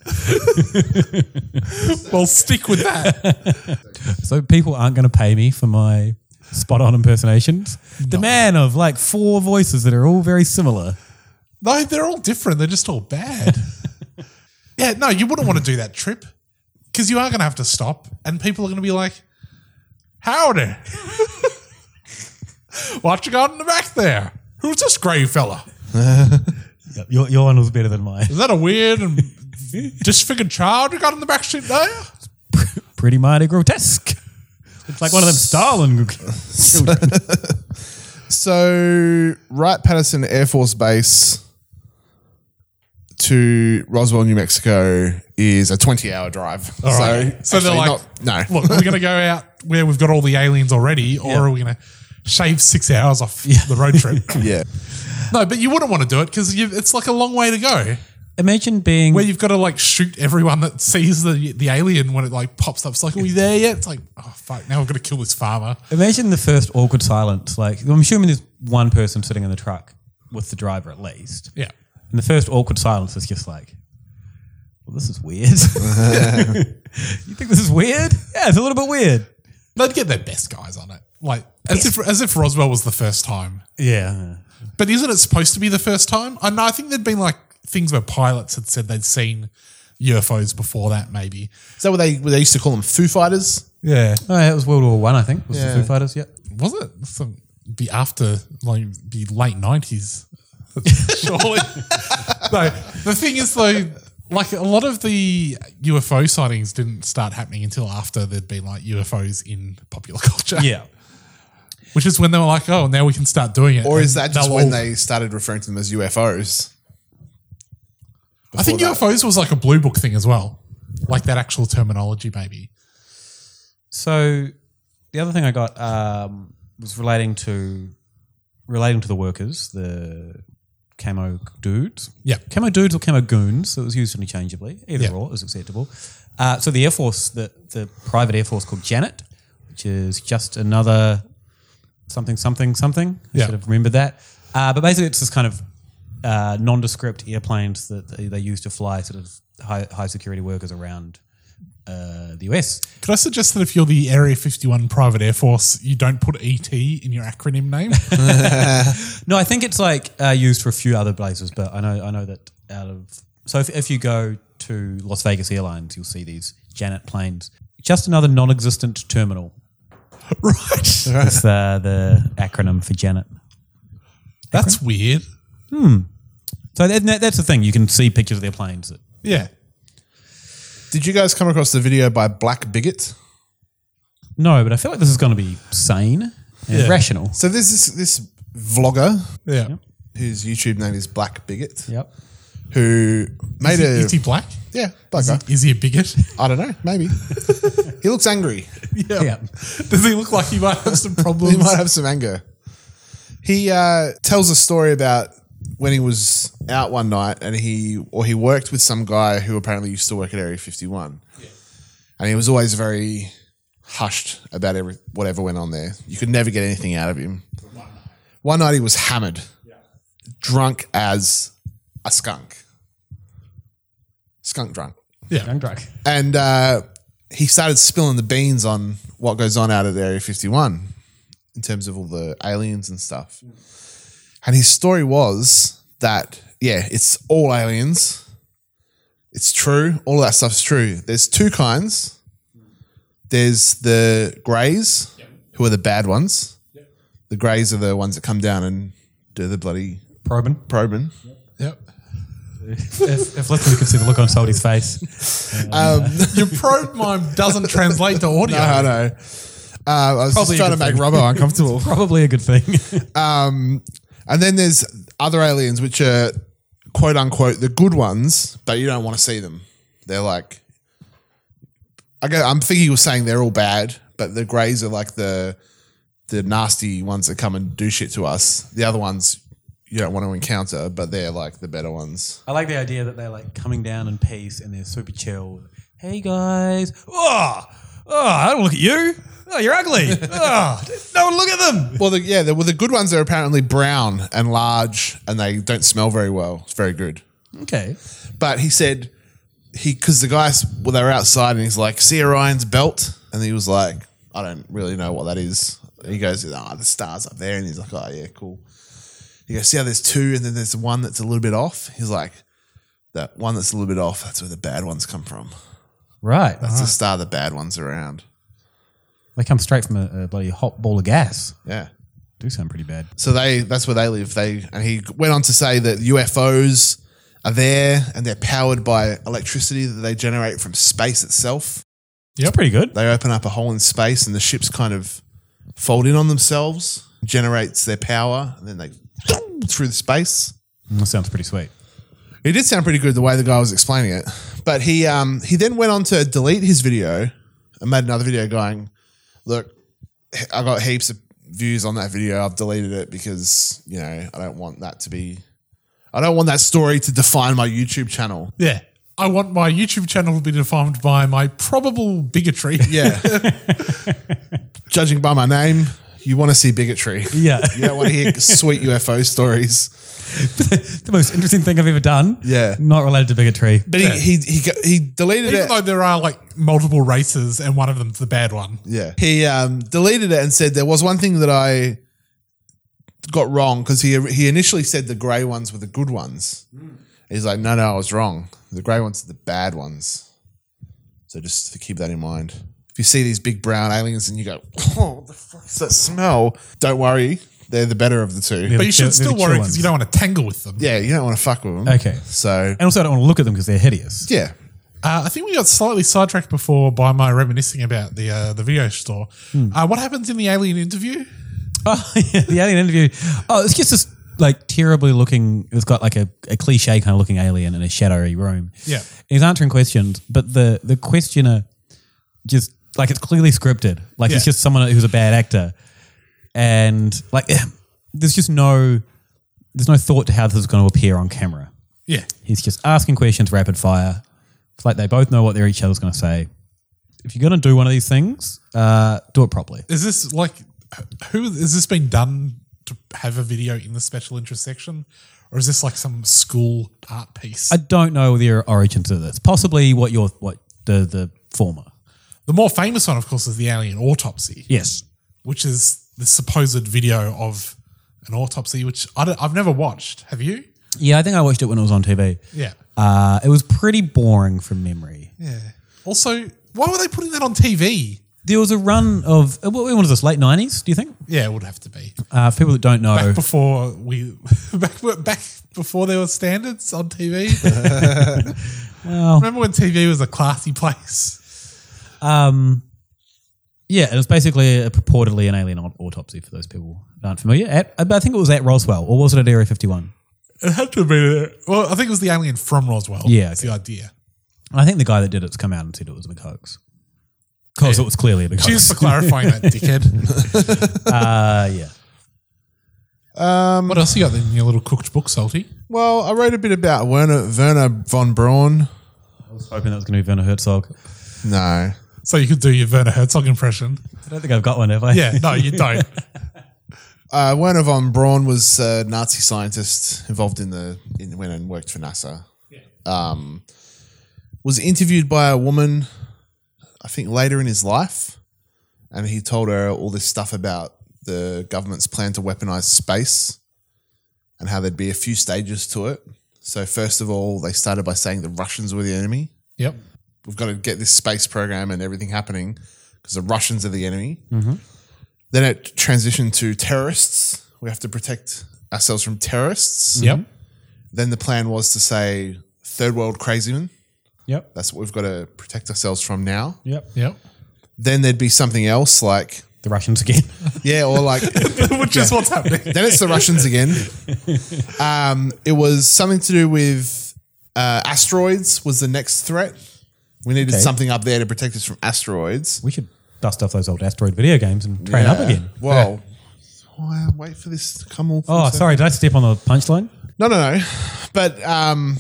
Speaker 7: well, stick with that.
Speaker 6: So people aren't going to pay me for my spot on impersonations. The man of like four voices that are all very similar.
Speaker 7: No, they're all different. They're just all bad. yeah, no, you wouldn't want to do that trip because you are going to have to stop, and people are going to be like, "Howdy, what you got in the back there? Who's this grey fella?
Speaker 6: Yep, your, your one was better than mine.
Speaker 7: Is that a weird and disfigured child you got in the back seat there?"
Speaker 6: Pretty mighty grotesque. It's like one of them Stalin children.
Speaker 3: So, Wright Patterson Air Force Base to Roswell, New Mexico is a 20 hour drive.
Speaker 7: All right. So, they're
Speaker 3: actually
Speaker 7: like,
Speaker 3: not- no.
Speaker 7: look, we're going to go out where we've got all the aliens already, or
Speaker 3: Yeah.
Speaker 7: are we going to shave six hours off the road trip?
Speaker 3: yeah.
Speaker 7: No, but you wouldn't want to do it because it's like a long way to go.
Speaker 6: Imagine being
Speaker 7: where you've got to like shoot everyone that sees the the alien when it like pops up. It's like, are we there yet? It's like, oh fuck! Now I've got to kill this farmer.
Speaker 6: Imagine the first awkward silence. Like I'm assuming there's one person sitting in the truck with the driver at least.
Speaker 7: Yeah.
Speaker 6: And the first awkward silence is just like, well, this is weird. you think this is weird? Yeah, it's a little bit weird.
Speaker 7: They'd get their best guys on it, like as if as if Roswell was the first time.
Speaker 6: Yeah.
Speaker 7: But isn't it supposed to be the first time? I know. I think there'd been like things where pilots had said they'd seen UFOs before that, maybe.
Speaker 3: Is that what they, what they used to call them? Foo Fighters?
Speaker 7: Yeah.
Speaker 6: Oh, yeah, it was World War One, I, think. Was
Speaker 3: Yeah.
Speaker 6: the Foo Fighters? Yeah.
Speaker 7: Was it? Some, be after like be late nineties. Surely. no. The thing is though, like a lot of the UFO sightings didn't start happening until after there'd been like UFOs in popular culture.
Speaker 6: Yeah.
Speaker 7: Which is when they were like, oh, now we can start doing it.
Speaker 3: Or is
Speaker 7: And
Speaker 3: that just
Speaker 7: they'll
Speaker 3: when
Speaker 7: all-
Speaker 3: they started referring to them as UFOs?
Speaker 7: I think UFOs was like a blue book thing as well. Like that actual terminology, maybe.
Speaker 6: So the other thing I got um, was relating to relating to the workers, the camo dudes.
Speaker 7: Yeah.
Speaker 6: Camo dudes or camo goons. So it was used interchangeably. Either
Speaker 7: Yeah.
Speaker 6: or, it was acceptable. Uh, so the Air Force, the, the private Air Force called Janet, which is just another something, something, something. I
Speaker 7: Yeah.
Speaker 6: should have remembered that. Uh, but basically, it's this kind of uh, nondescript airplanes that they, they use to fly sort of high, high security workers around uh, the US.
Speaker 7: Could I suggest that if you're the Area 51 Private Air Force, you don't put ET in your acronym name?
Speaker 6: no, I think it's like uh, used for a few other places, but I know I know that out of so if, if you go to Las Vegas Airlines, you'll see these Janet planes. Just another non-existent terminal.
Speaker 7: Right.
Speaker 6: That's uh, the acronym for Janet.
Speaker 7: That's weird.
Speaker 6: Hmm. So that, that- that's the thing. You can see pictures of their planes. That,
Speaker 7: Yeah.
Speaker 3: Did you guys come across the video by Black Bigot?
Speaker 6: no, but I feel like this is going to be sane and
Speaker 3: Yeah.
Speaker 6: rational.
Speaker 3: So there's this this vlogger,
Speaker 7: Yeah.
Speaker 3: whose YouTube name is Black Bigot.
Speaker 6: Yep.
Speaker 3: Who made
Speaker 7: Is he-
Speaker 3: a
Speaker 7: is he black?
Speaker 3: Yeah, black
Speaker 7: Is
Speaker 3: guy.
Speaker 7: he, is he a bigot?
Speaker 3: I don't know. Maybe he looks angry.
Speaker 7: Yeah. Does he look like he might have some problems?
Speaker 3: He might have some anger. He uh, tells a story about when he was out one night and he or he worked with some guy who apparently used to work at Area 51. And he was always very hushed about every whatever went on there. You could never get anything out of him. One night he was hammered, drunk as a skunk. Skunk drunk.
Speaker 7: Yeah.
Speaker 3: And uh, he started spilling the beans on what goes on out at Area 51 in terms of all the aliens and stuff. And his story was that, yeah, it's all aliens. It's true. All of that stuff's true. There's two kinds there's the greys, who are the bad ones. The greys are the ones that come down and do the bloody
Speaker 6: probing.
Speaker 3: Probing.
Speaker 7: Yep.
Speaker 6: if, if listeners could see the look on Salty's face,
Speaker 3: Um,
Speaker 7: Your probe mime doesn't translate to audio.
Speaker 3: No, I know. Uh, I was
Speaker 7: Probably
Speaker 3: just
Speaker 7: a
Speaker 3: trying to
Speaker 7: good
Speaker 3: make
Speaker 7: thing.
Speaker 3: Robbo uncomfortable.
Speaker 6: Probably a good thing.
Speaker 3: um, and then there's other aliens, which are quote unquote the good ones, but you don't want to see them. They're like, I go, I'm thinking you were saying they're all bad, but the greys are like the the nasty ones that come and do shit to us. The other ones you don't want to encounter, but they're like the better ones.
Speaker 6: I like the idea that they're like coming down in peace and they're super chill. Hey guys, oh, oh, I don't look at you. Oh, you're ugly. oh, no one look at them.
Speaker 3: Well, the, yeah, the, well, the good ones are apparently brown and large, and they don't smell very well. It's very good.
Speaker 6: Okay.
Speaker 3: But he said he because the guys well they were outside and he's like, see Orion's belt, and he was like, I don't really know what that is. And he goes, ah, the stars up there, and he's like, oh yeah, cool. He goes, see how there's two, and then there's one that's a little bit off. He's like, that one that's a little bit off. That's where the bad ones come from.
Speaker 6: Right.
Speaker 3: That's the star the bad ones are around.
Speaker 6: They come straight from a, a bloody hot ball of gas.
Speaker 3: Yeah.
Speaker 6: Do sound pretty bad.
Speaker 3: So they that's where they live. They and he went on to say that UFOs are there and they're powered by electricity that they generate from space itself.
Speaker 6: Yeah, pretty good.
Speaker 3: They open up a hole in space and the ships kind of fold in on themselves, generates their power, and then they through the space.
Speaker 6: Mm, That sounds pretty sweet.
Speaker 3: It did sound pretty good the way the guy was explaining it. But he um, he then went on to delete his video and made another video going, "Look, I got heaps of views on that video. I've deleted it because you know I don't want that to be, I don't want that story to define my YouTube channel."
Speaker 7: Yeah. I want my YouTube channel to be defined by my probable bigotry.
Speaker 3: Yeah. Judging by my name, you want to see bigotry.
Speaker 6: Yeah.
Speaker 3: you don't want to hear sweet UFO stories.
Speaker 6: The most interesting thing I've ever done.
Speaker 3: Yeah.
Speaker 6: Not related to bigotry.
Speaker 3: But he he he, got- he deleted
Speaker 7: Even
Speaker 3: it.
Speaker 7: though there are like multiple races and one of them's the bad one.
Speaker 3: Yeah. He um, deleted it and said there was one thing that I got wrong because he he initially said the grey ones were the good ones. He's like, no, no, I was wrong. The grey ones are the bad ones. So just to keep that in mind. If you see these big brown aliens and you go, oh, what the fuck is that smell? Don't worry. They're the better of the two.
Speaker 7: but you should still worry because you don't want to tangle with them.
Speaker 3: Yeah, you don't want to fuck with them.
Speaker 6: Okay.
Speaker 3: So,
Speaker 6: And also, I don't want to look at them because they're hideous.
Speaker 3: yeah.
Speaker 7: Uh, I think we got slightly sidetracked before by my reminiscing about the uh, the video store.
Speaker 3: Hmm.
Speaker 7: Uh, what happens in the alien interview?
Speaker 6: Oh, yeah, the alien interview. Oh, it's just this like terribly looking. It's got like a, a cliche kind of looking alien in a shadowy room.
Speaker 7: Yeah.
Speaker 6: And he's answering questions, but the the questioner just like it's clearly scripted. Like it's
Speaker 7: Yeah.
Speaker 6: just someone who's a bad actor, and like there's just no there's no thought to how this is going to appear on camera.
Speaker 7: Yeah.
Speaker 6: He's just asking questions rapid fire. It's like they both know what they're each other's going to say. If you're going to do one of these things, uh, do it properly.
Speaker 7: Is this like who is this been done to have a video in the special interest section, or is this like some school art piece?
Speaker 6: I don't know the origins of this. Possibly what your what the the former.
Speaker 7: The more famous one, of course, is the alien autopsy.
Speaker 6: Yes.
Speaker 7: Which is the supposed video of an autopsy, which I don't, I've never watched. Have you?
Speaker 6: Yeah, I think I watched it when it was on TV.
Speaker 7: Yeah.
Speaker 6: Uh, it was pretty boring from memory.
Speaker 7: Yeah. Also, why were they putting that on TV?
Speaker 6: There was a run of uh, what when was this late nineties? Do you think?
Speaker 7: Yeah, it would have to be
Speaker 6: Uh, for people that don't know,
Speaker 7: back before we back, back before there were standards on TV. Remember when TV was a classy place?
Speaker 6: Um, yeah, it was basically a, purportedly an alien aut- autopsy for those people that aren't familiar. At, uh, I think it was at Roswell, or was it at Area 51?
Speaker 7: It had to have been. Well, I think it was the alien from Roswell.
Speaker 6: Yeah,
Speaker 7: that's the idea.
Speaker 6: I think the guy that did it's come out and said it was a big hoax. Because it was clearly a big
Speaker 7: Cheers
Speaker 6: hoax.
Speaker 7: for clarifying that, dickhead.
Speaker 6: uh, yeah.
Speaker 3: Um,
Speaker 7: what else you got in your little cooked book, Salty?
Speaker 3: Well, I wrote a bit about Werner, Werner von Braun.
Speaker 6: I was hoping that was going to be Werner Herzog.
Speaker 3: No.
Speaker 7: So you could do your Werner Herzog impression.
Speaker 6: I don't think I've got one, have I?
Speaker 7: Yeah, no, you don't.
Speaker 3: Uh, Werner von Braun was a Nazi scientist involved in the in when and worked for NASA. Um, was interviewed by a woman, I think later in his life, and he told her all this stuff about the government's plan to weaponize space and how there'd be a few stages to it. So first of all, they started by saying the Russians were the enemy.
Speaker 7: Yep.
Speaker 3: We've got to get this space program and everything happening because the Russians are the enemy.
Speaker 7: Mhm.
Speaker 3: Then it transitioned to terrorists. We have to protect ourselves from terrorists.
Speaker 7: Yep.
Speaker 3: Then the plan was to say third world crazymen.
Speaker 6: Yep.
Speaker 3: That's what we've got to protect ourselves from now.
Speaker 6: Yep.
Speaker 7: Yep.
Speaker 3: Then there'd be something else like
Speaker 6: the Russians again.
Speaker 3: Yeah, or like
Speaker 7: Which is what's happening.
Speaker 3: Then it's the Russians again. Um, it was something to do with uh, asteroids was the next threat. We needed
Speaker 6: Okay.
Speaker 3: something up there to protect us from asteroids.
Speaker 6: We should dust off those old asteroid video games and train up
Speaker 3: Yeah.
Speaker 6: again.
Speaker 3: Well, Why uh, wait for this to come all.
Speaker 6: Oh,
Speaker 3: full
Speaker 6: sorry. Did I step on the punchline?
Speaker 3: No, no, no. But um,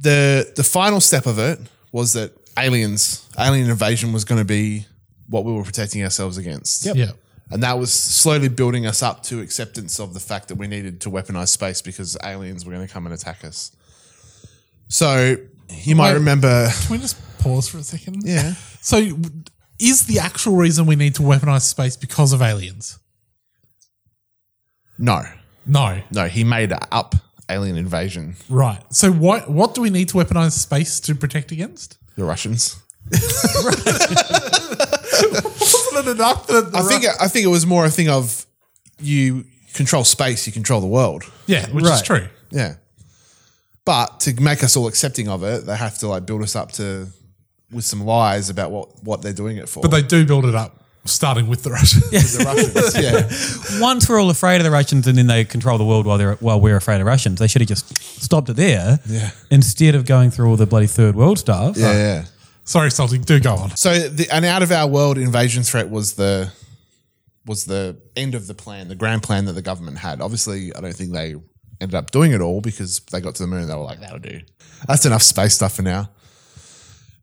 Speaker 3: the the final step of it was that aliens, alien invasion, was going to be what we were protecting ourselves against.
Speaker 7: Yep. Yeah.
Speaker 3: And that was slowly building us up to acceptance of the fact that we needed to weaponize space because aliens were going to come and attack us. So you might
Speaker 7: Wait,
Speaker 3: remember.
Speaker 7: Can we just pause for a second?
Speaker 3: Yeah.
Speaker 7: So, is the actual reason we need to weaponize space because of aliens?
Speaker 3: No,
Speaker 7: no,
Speaker 3: no. He made up alien invasion.
Speaker 7: Right. So, what what do we need to weaponize space to protect against?
Speaker 3: The Russians.
Speaker 7: Wasn't it enough that
Speaker 3: I think I think it was more a thing of you control space, you control the world.
Speaker 7: Yeah, which is true.
Speaker 3: Yeah. But to make us all accepting of it, they have to like build us up to with some lies about what what they're doing it for.
Speaker 7: But they do build it up, starting with the Russians.
Speaker 3: the Russians, yeah.
Speaker 6: Once we're all afraid of the Russians, and then they control the world while they're while we're afraid of Russians, they should have just stopped it there.
Speaker 3: Yeah.
Speaker 6: Instead of going through all the bloody third world stuff.
Speaker 3: Yeah, yeah.
Speaker 7: Sorry, Salty. Do go on.
Speaker 3: So the an out of our world invasion threat was the was the end of the plan, the grand plan that the government had. Obviously, I don't think they ended up doing it all because they got to the moon and they were like, that'll do. That's enough space stuff for now.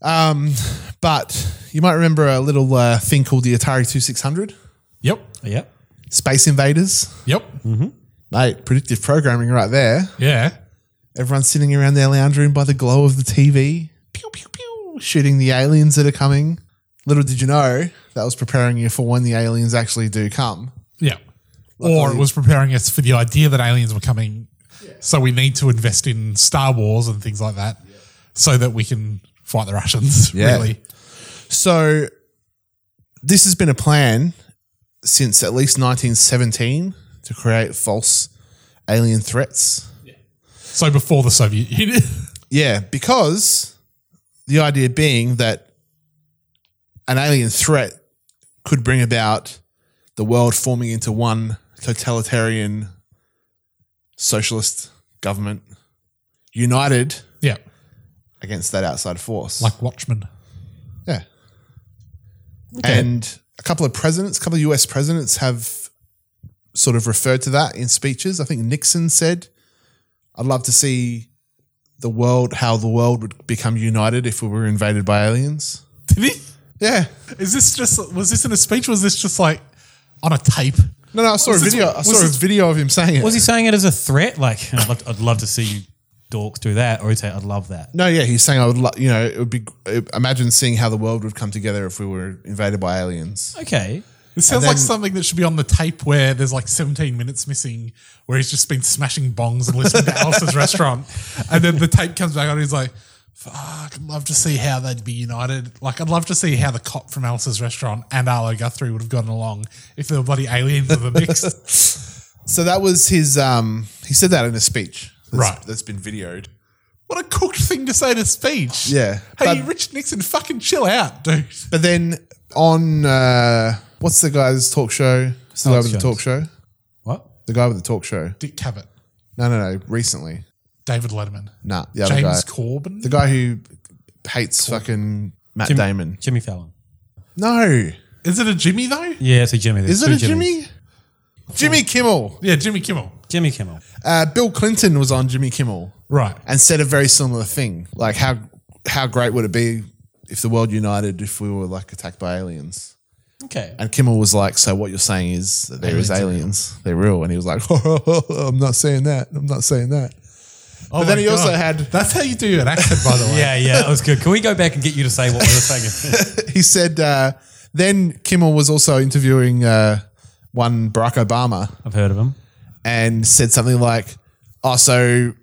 Speaker 3: Um, but you might remember a little uh, thing called the Atari 2600.
Speaker 7: Yep.
Speaker 6: Uh, Yep.
Speaker 3: Space Invaders.
Speaker 7: Yep.
Speaker 6: Mm-hmm.
Speaker 3: Mate, predictive programming right there.
Speaker 7: Yeah.
Speaker 3: Everyone's sitting around their lounge room by the glow of the TV. Pew, pew, pew. Shooting the aliens that are coming. Little did you know, that was preparing you for when the aliens actually do come.
Speaker 7: Yeah. Or it was preparing us for the idea that aliens were coming. So we need to invest in Star Wars and things like that so that we can fight the Russians,
Speaker 3: Yeah.
Speaker 7: really.
Speaker 3: So this has been a plan since at least 1917 to create false alien threats.
Speaker 7: So before the Soviet Union.
Speaker 3: Yeah, because the idea being that an alien threat could bring about the world forming into one totalitarian socialist government united
Speaker 7: yeah.
Speaker 3: against that outside force.
Speaker 7: Like Watchmen.
Speaker 3: Yeah. And a couple of presidents, a couple of US presidents have sort of referred to that in speeches. I think Nixon said, "I'd love to see the world how the world would become united if we were invaded by aliens."
Speaker 7: Did he?
Speaker 3: Yeah.
Speaker 7: Is this just was this in a speech? Or was this just like on a tape?
Speaker 3: No, no. I saw
Speaker 7: Was
Speaker 3: a
Speaker 7: this-
Speaker 3: video. I
Speaker 7: was
Speaker 3: saw
Speaker 7: this-
Speaker 3: a video of him saying it.
Speaker 6: Was he saying it as a threat? Like, I'd love, I'd love to see you dorks do that, or he'd say, I'd love that.
Speaker 3: No, yeah, he's saying I would, lo- you know, it would be. Imagine seeing how the world would come together if we were invaded by aliens.
Speaker 6: Okay.
Speaker 7: This
Speaker 3: And
Speaker 7: sounds like
Speaker 3: then-
Speaker 7: something that should be on the tape where there's like 17 minutes missing, where he's just been smashing bongs and listening to Alice's restaurant. And then the tape comes back on, and he's like, fuck, I'd love to see how they'd be united. Like, I'd love to see how the cop from Alice's restaurant and Arlo Guthrie would have gotten along if they were bloody aliens of the mix.
Speaker 3: So that was his. Um, he said that in a speech. That's,
Speaker 7: Right.
Speaker 3: That's been videoed.
Speaker 7: what a cooked thing to say in a speech.
Speaker 3: Yeah.
Speaker 7: Hey, Rich Nixon, fucking chill out, dude.
Speaker 3: But then on uh, what's the guy's talk show? It's the guy
Speaker 7: Alex
Speaker 3: with the
Speaker 7: Jones.
Speaker 3: talk show.
Speaker 6: What?
Speaker 3: The guy with the talk show.
Speaker 7: Dick Cavett,
Speaker 3: No, no, no. Recently.
Speaker 7: David Letterman.
Speaker 3: Nah. The other
Speaker 7: James
Speaker 3: guy.
Speaker 7: Corbin?
Speaker 3: The guy who hates fucking Matt
Speaker 6: Jim-
Speaker 3: Damon.
Speaker 6: Jimmy Fallon.
Speaker 3: No.
Speaker 7: Is it a Jimmy, though?
Speaker 6: Yeah, it's a Jimmy. There's
Speaker 3: Is it
Speaker 6: two
Speaker 3: a
Speaker 6: Jimmys.
Speaker 3: Jimmy? Jimmy Kimmel.
Speaker 7: Yeah, Jimmy Kimmel.
Speaker 6: Jimmy Kimmel.
Speaker 3: Uh, Bill Clinton was on Jimmy Kimmel.
Speaker 7: Right.
Speaker 3: and said a very similar thing. Like how how great would it be if the world united if we were like attacked by aliens?
Speaker 6: Okay.
Speaker 3: And Kimmel was like, "So what you're saying is that there is
Speaker 6: Aliens
Speaker 3: aliens, they're real." And he was like, "I'm not saying that. I'm not saying that."
Speaker 7: Oh
Speaker 3: but then
Speaker 7: my
Speaker 3: he also
Speaker 7: God.
Speaker 3: had
Speaker 7: That's how you do an accent, by the way.
Speaker 6: Yeah, yeah, that was good. Can we go back and get you to say what we were saying?
Speaker 3: he said uh, then Kimmel was also interviewing uh, one Barack Obama.
Speaker 6: I've heard of him.
Speaker 3: And said something like, "Oh, so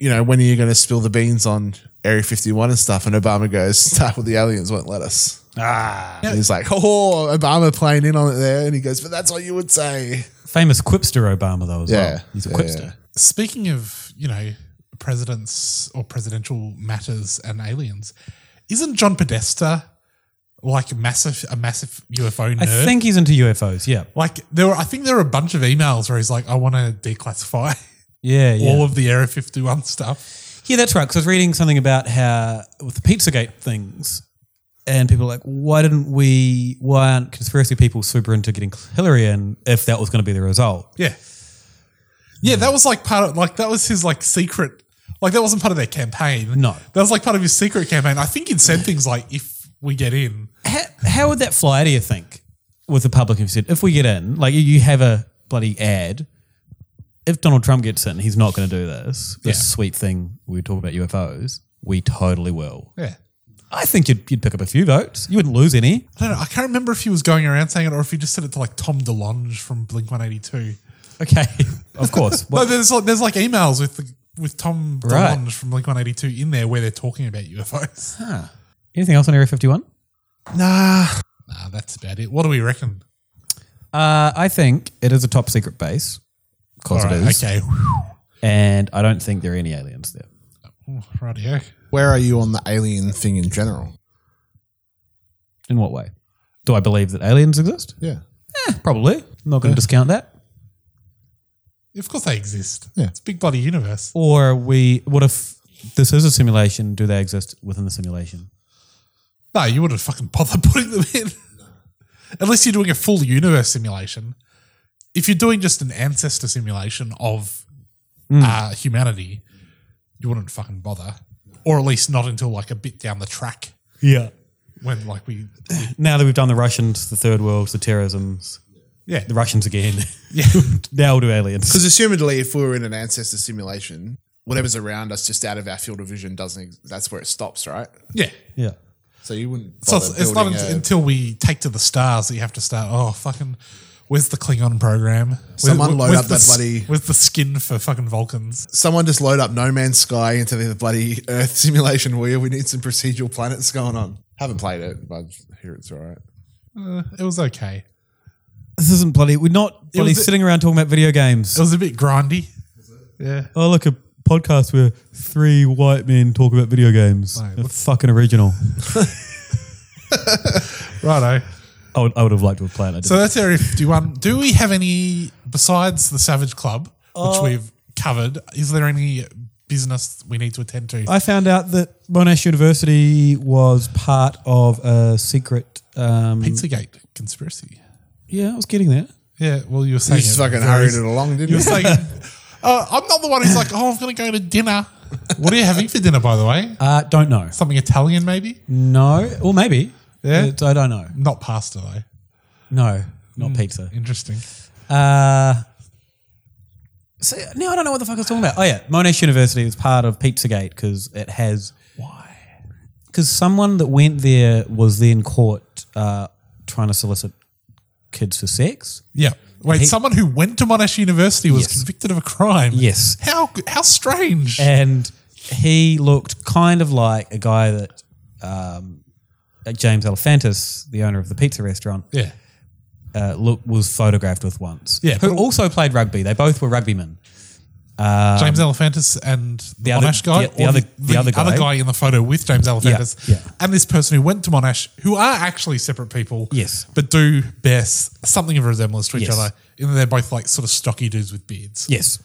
Speaker 3: you know, when are you going to spill the beans on Area 51 and stuff?" And Obama goes, "Start with the aliens won't let us."
Speaker 6: Ah,
Speaker 3: And he's like, "Oh, Obama playing in on it there," and he goes, "But that's what you would say."
Speaker 6: Famous quipster Obama, though, as
Speaker 3: Yeah.
Speaker 6: well. He's a
Speaker 3: Yeah,
Speaker 6: quipster.
Speaker 3: yeah.
Speaker 7: Speaking of, you know, presidents or presidential matters and aliens, isn't John Podesta like massive a massive UFO nerd?
Speaker 6: I think he's into UFOs. Yeah.
Speaker 7: like there were I think there were a bunch of emails where he's like, I want to declassify
Speaker 6: Yeah, yeah.
Speaker 7: all of the Area 51 stuff.
Speaker 6: Yeah, that's right. Because I was reading something about how with the Pizzagate things, and people are like, why didn't we? Why aren't conspiracy people super into getting Hillary in if that was going to be the result?
Speaker 7: Yeah. Yeah, that was like part of like that was his like secret like that wasn't part of their campaign.
Speaker 6: No.
Speaker 7: That was like part of his secret campaign. I think he'd said things like if we get in.
Speaker 6: How, how would that fly? Do you think with the public? If you said, if we get in, like you- you have a bloody ad. If Donald Trump gets in, he's not going to do this. This
Speaker 7: Yeah.
Speaker 6: sweet thing we talk about UFOs. We totally will.
Speaker 7: Yeah.
Speaker 6: I think you'd, you'd pick up a few votes. You wouldn't lose any.
Speaker 7: I don't know. I can't remember if he was going around saying it or if he just said it to like Tom DeLonge from Blink One Eighty Two.
Speaker 6: Okay, of course.
Speaker 7: No, there's like there's like emails with the, with Tom
Speaker 6: Right.
Speaker 7: DeLonge from Blink One Eighty Two in there where they're talking about UFOs.
Speaker 6: Huh. Anything else on Area 51?
Speaker 3: Nah.
Speaker 7: Nah, that's about it. What do we reckon?
Speaker 6: Uh, I think it is a top secret base. Cause
Speaker 7: All
Speaker 6: it
Speaker 7: right,
Speaker 6: is.
Speaker 7: okay.
Speaker 6: And I don't think there are any aliens there.
Speaker 7: Right here.
Speaker 3: Where are you on the alien thing in general?
Speaker 6: In what way? Do I believe that aliens exist?
Speaker 3: Yeah.
Speaker 6: Eh, probably. I'm not going to discount that.
Speaker 7: Of course they exist.
Speaker 3: Yeah.
Speaker 7: It's a big bloody universe.
Speaker 6: Or we, what if this is a simulation? Do they exist within the simulation?
Speaker 7: No, you wouldn't fucking bother putting them in. Unless you're doing a full universe simulation. If you're doing just an ancestor simulation of
Speaker 3: Hmm.
Speaker 7: uh, humanity, you wouldn't fucking bother. Or at least not until like a bit down the track
Speaker 6: Yeah.
Speaker 7: when like we
Speaker 6: Now that we've done the Russians, the third worlds, the terrorisms,
Speaker 7: Yeah.
Speaker 6: the Russians again.
Speaker 7: Yeah.
Speaker 6: now we'll do aliens.
Speaker 3: Because assumedly, if we were in an ancestor simulation, whatever's around us, just out of our field of vision, doesn't. Ex- that's where it stops, right?
Speaker 7: Yeah.
Speaker 6: Yeah.
Speaker 3: So you wouldn't.
Speaker 7: So
Speaker 3: Bother
Speaker 7: it's, it's not
Speaker 3: building
Speaker 7: un-
Speaker 3: a-
Speaker 7: until we take to the stars that you have to start. Oh fucking, where's the Klingon program?
Speaker 3: Someone
Speaker 7: Where-
Speaker 3: load
Speaker 7: where's
Speaker 3: up
Speaker 7: the
Speaker 3: that
Speaker 7: s-
Speaker 3: bloody-
Speaker 7: Where's the skin for fucking Vulcans?
Speaker 3: Someone just load up No Man's Sky into the bloody Earth simulation wheel. We need some procedural planets going on. Haven't played it, but I hear it's all right.
Speaker 7: Uh, it was okay.
Speaker 6: This isn't bloody, we're not bloody
Speaker 7: was a-
Speaker 6: sitting around talking about video games.
Speaker 7: It was a bit grindy. Yeah.
Speaker 6: Oh, look, a podcast where three white men talk about video games.
Speaker 7: Mate,
Speaker 6: They're fucking original. I
Speaker 7: Righto.
Speaker 6: would, I would have liked to have played it. I
Speaker 7: So
Speaker 6: didn't.
Speaker 7: that's Area 51. Do we have any, besides the Savage Club, which
Speaker 6: Uh,
Speaker 7: we've covered, is there any business we need to attend to?
Speaker 6: I found out that Monash University was part of a secret. Um,
Speaker 7: Pizzagate conspiracy.
Speaker 6: Yeah, I was getting there.
Speaker 7: Yeah, well, you were
Speaker 3: You
Speaker 7: saying
Speaker 3: just
Speaker 7: it
Speaker 3: fucking
Speaker 7: very-
Speaker 3: hurried it along, didn't
Speaker 7: you?
Speaker 3: you?
Speaker 7: were saying, uh, I'm not the one who's like, oh, I'm going to go to dinner. What are you having for dinner, by the way?
Speaker 6: Uh, mm. don't know.
Speaker 7: Something Italian, maybe?
Speaker 6: No. Well, maybe.
Speaker 7: Yeah?
Speaker 6: It's- I don't know.
Speaker 7: Not pasta, though.
Speaker 6: No, not
Speaker 7: Hmm,
Speaker 6: pizza.
Speaker 7: Interesting.
Speaker 6: Uh, so, no, I don't know what the fuck I was talking about. Oh, yeah. Monash University was part of Pizzagate because it has. Why? Because someone that went there was then caught uh, trying to solicit kids for sex.
Speaker 7: Yeah. Wait,
Speaker 6: He-
Speaker 7: someone who went to Monash University was
Speaker 6: Yes.
Speaker 7: convicted of a crime.
Speaker 6: Yes. Eh.
Speaker 7: How how strange.
Speaker 6: And he looked kind of like a guy that um, uh, James Elephantis, the owner of the pizza restaurant,
Speaker 7: Yeah.
Speaker 6: uh, look, was photographed with once.
Speaker 7: Yeah,
Speaker 6: who also played rugby. They both were rugbymen. Um,
Speaker 7: James Elephantis and the,
Speaker 6: the other-
Speaker 7: Monash guy,
Speaker 6: the- the
Speaker 7: or
Speaker 6: other- the other guy.
Speaker 7: in the photo with James Elephantis,
Speaker 6: yeah.
Speaker 7: and this person who went to Monash, who are actually separate people,
Speaker 6: Yes.
Speaker 7: but do bear s- something of a resemblance to each
Speaker 6: Yes.
Speaker 7: other, in that they're both like sort of stocky dudes with beards.
Speaker 6: Yes.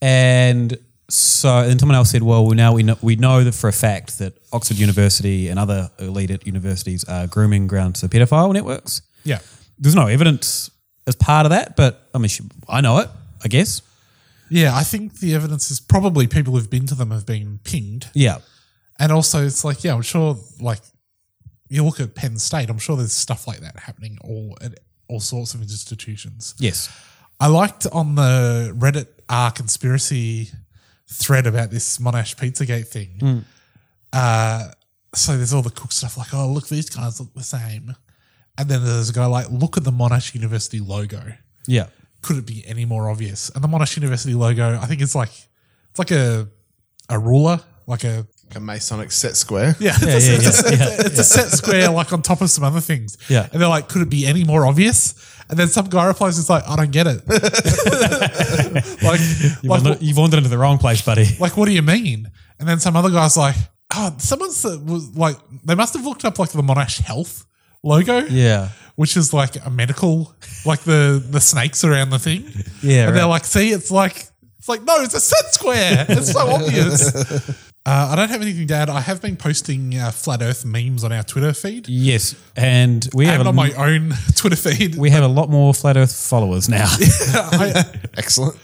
Speaker 6: And so then someone else said, well, we now we know, we know that for a fact that Oxford University and other elite universities are grooming grounds for pedophile networks.
Speaker 7: Yeah.
Speaker 6: There's no evidence as part of that, but I mean, sh- I know it, I guess.
Speaker 7: Yeah, I think the evidence is probably people who've been to them have been pinged.
Speaker 6: Yeah.
Speaker 7: And also, it's like, yeah, I'm sure, like, you look at Penn State, I'm sure there's stuff like that happening all at all sorts of institutions.
Speaker 6: Yes.
Speaker 7: I liked on the Reddit R conspiracy thread about this Monash Pizzagate thing.
Speaker 6: Mm.
Speaker 7: Uh, so there's all the cook stuff like, oh, look, these guys look the same. And then there's a guy like, look at the Monash University logo.
Speaker 6: Yeah.
Speaker 7: Could it be any more obvious? And the Monash University logo, I think it's like, it's like a, a ruler, like a
Speaker 3: Like a Masonic set square.
Speaker 7: yeah, it's, a, it's a- it's a- it's a set square like on top of some other things.
Speaker 3: Yeah.
Speaker 7: And they're like, could it be any more obvious? And then some guy replies, it's like, I don't get it. like,
Speaker 6: You've,
Speaker 7: like,
Speaker 6: wandered, you've wandered into the wrong place, buddy.
Speaker 7: like, what do you mean? And then some other guy's like, oh, someone's uh, was like, they must have looked up like the Monash Health logo.
Speaker 6: Yeah.
Speaker 7: Which is like a medical, like the the snakes around the thing.
Speaker 6: Yeah,
Speaker 7: And they're
Speaker 6: right.
Speaker 7: like, see, it's like, it's like, no, it's a set square. It's so obvious. Uh, I don't have anything to add. I have been posting uh, flat Earth memes on our Twitter feed.
Speaker 6: Yes. And we have
Speaker 7: and
Speaker 6: a,
Speaker 7: on my own Twitter feed.
Speaker 6: we have a lot more flat earth followers now.
Speaker 3: Excellent.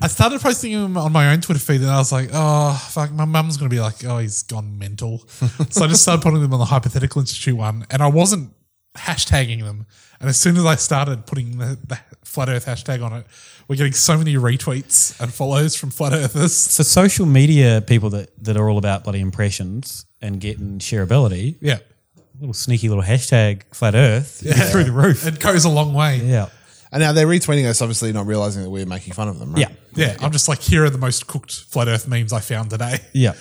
Speaker 7: I started posting them on my own Twitter feed, and I was like, "Oh fuck, my mum's gonna be like, oh, he's gone mental." so I just started putting them on the Hypothetical Institute one, and I wasn't hashtagging them. And as soon as I started putting the, the flat Earth hashtag on it, we're getting so many retweets and follows from flat Earthers.
Speaker 6: for social media people that, that are all about bloody impressions and getting shareability,
Speaker 7: Yeah.
Speaker 6: little sneaky little hashtag flat earth you get through the roof.
Speaker 7: It goes a long way.
Speaker 6: Yeah.
Speaker 3: And now they're retweeting us, obviously not realizing that we're making fun of them, right?
Speaker 6: Yeah.
Speaker 7: Yeah, I'm just like, here are the most cooked flat Earth memes I found today.
Speaker 6: Yeah.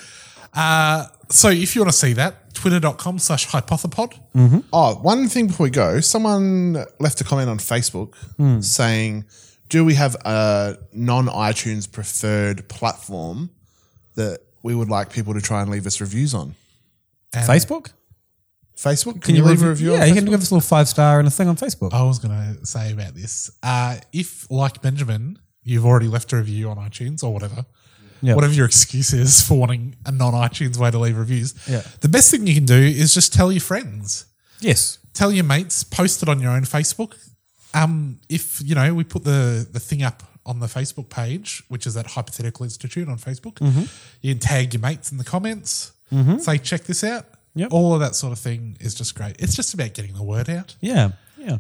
Speaker 7: Uh, so if you want to see that, twitter.com slash hypothepod.
Speaker 6: Mm.
Speaker 3: Oh, one thing before we go, someone left a comment on Facebook
Speaker 7: Hmm.
Speaker 3: saying, "Do we have a non-iTunes preferred platform that we would like people to try and leave us reviews on?"
Speaker 7: And-
Speaker 6: Facebook?
Speaker 3: Facebook? Can, you, leave a review?
Speaker 6: Yeah,
Speaker 3: on
Speaker 6: you can
Speaker 3: Facebook?
Speaker 6: give us a little five star and a thing on Facebook.
Speaker 7: I was going to say about this. Uh, if, like Benjamin, you've already left a review on iTunes or whatever,
Speaker 6: Yeah.
Speaker 7: whatever your excuse is for wanting a non iTunes way to leave reviews,
Speaker 6: Yeah.
Speaker 7: the best thing you can do is just tell your friends,
Speaker 6: Yes.
Speaker 7: tell your mates, post it on your own Facebook. Um, if, you know, we put the, the thing up on the Facebook page, which is at Hypothetical Institute on Facebook,
Speaker 6: Mhm.
Speaker 7: you can tag your mates in the comments,
Speaker 6: Mhm.
Speaker 7: say, check this out.
Speaker 6: Yep.
Speaker 7: All of that sort of thing is just great. It's just about getting the word out.
Speaker 6: Yeah. Yeah.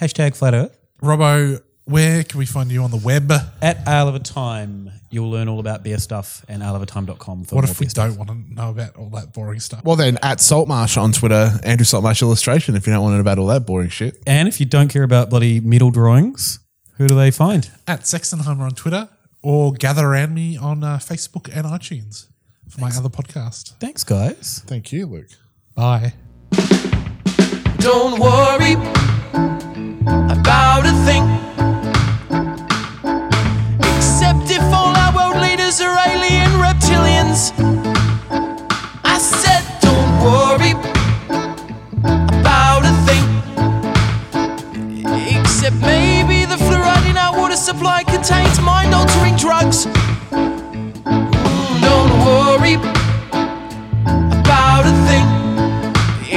Speaker 6: Hashtag flat earth.
Speaker 7: Robbo, where can we find you on the web?
Speaker 6: At Isle of a Time, you'll learn all about beer stuff and isleofatime.com for
Speaker 7: What
Speaker 6: more
Speaker 7: if we
Speaker 6: beer stuff.
Speaker 7: don't want to know about all that boring stuff?
Speaker 3: Well, then at Saltmarsh on Twitter, Andrew Saltmarsh Illustration. If you don't want to know about all that boring shit,
Speaker 6: And if you don't care about bloody metal drawings, who do they find?
Speaker 7: At Sexenheimer on Twitter or gather around me on uh, Facebook and iTunes for my other podcast.
Speaker 6: Thanks, guys.
Speaker 3: thank you, Luke.
Speaker 7: Bye.
Speaker 10: Don't worry about a thing. Except if all our world leaders are alien reptilians. I said, don't worry about a thing. Except maybe the fluoride in our water supply contains mind altering drugs. Mm, Don't worry about a thing.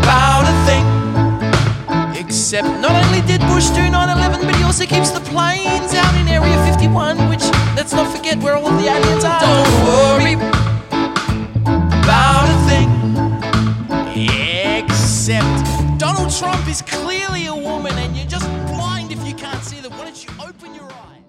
Speaker 7: about a thing. Except not only did Bush do 9-11, but he also keeps the planes out in Area 51, which let's not forget where all the aliens are. Don't worry about a thing. Except Donald Trump is clearly a woman, and you're just blind if you can't see that. Why don't you open your eyes?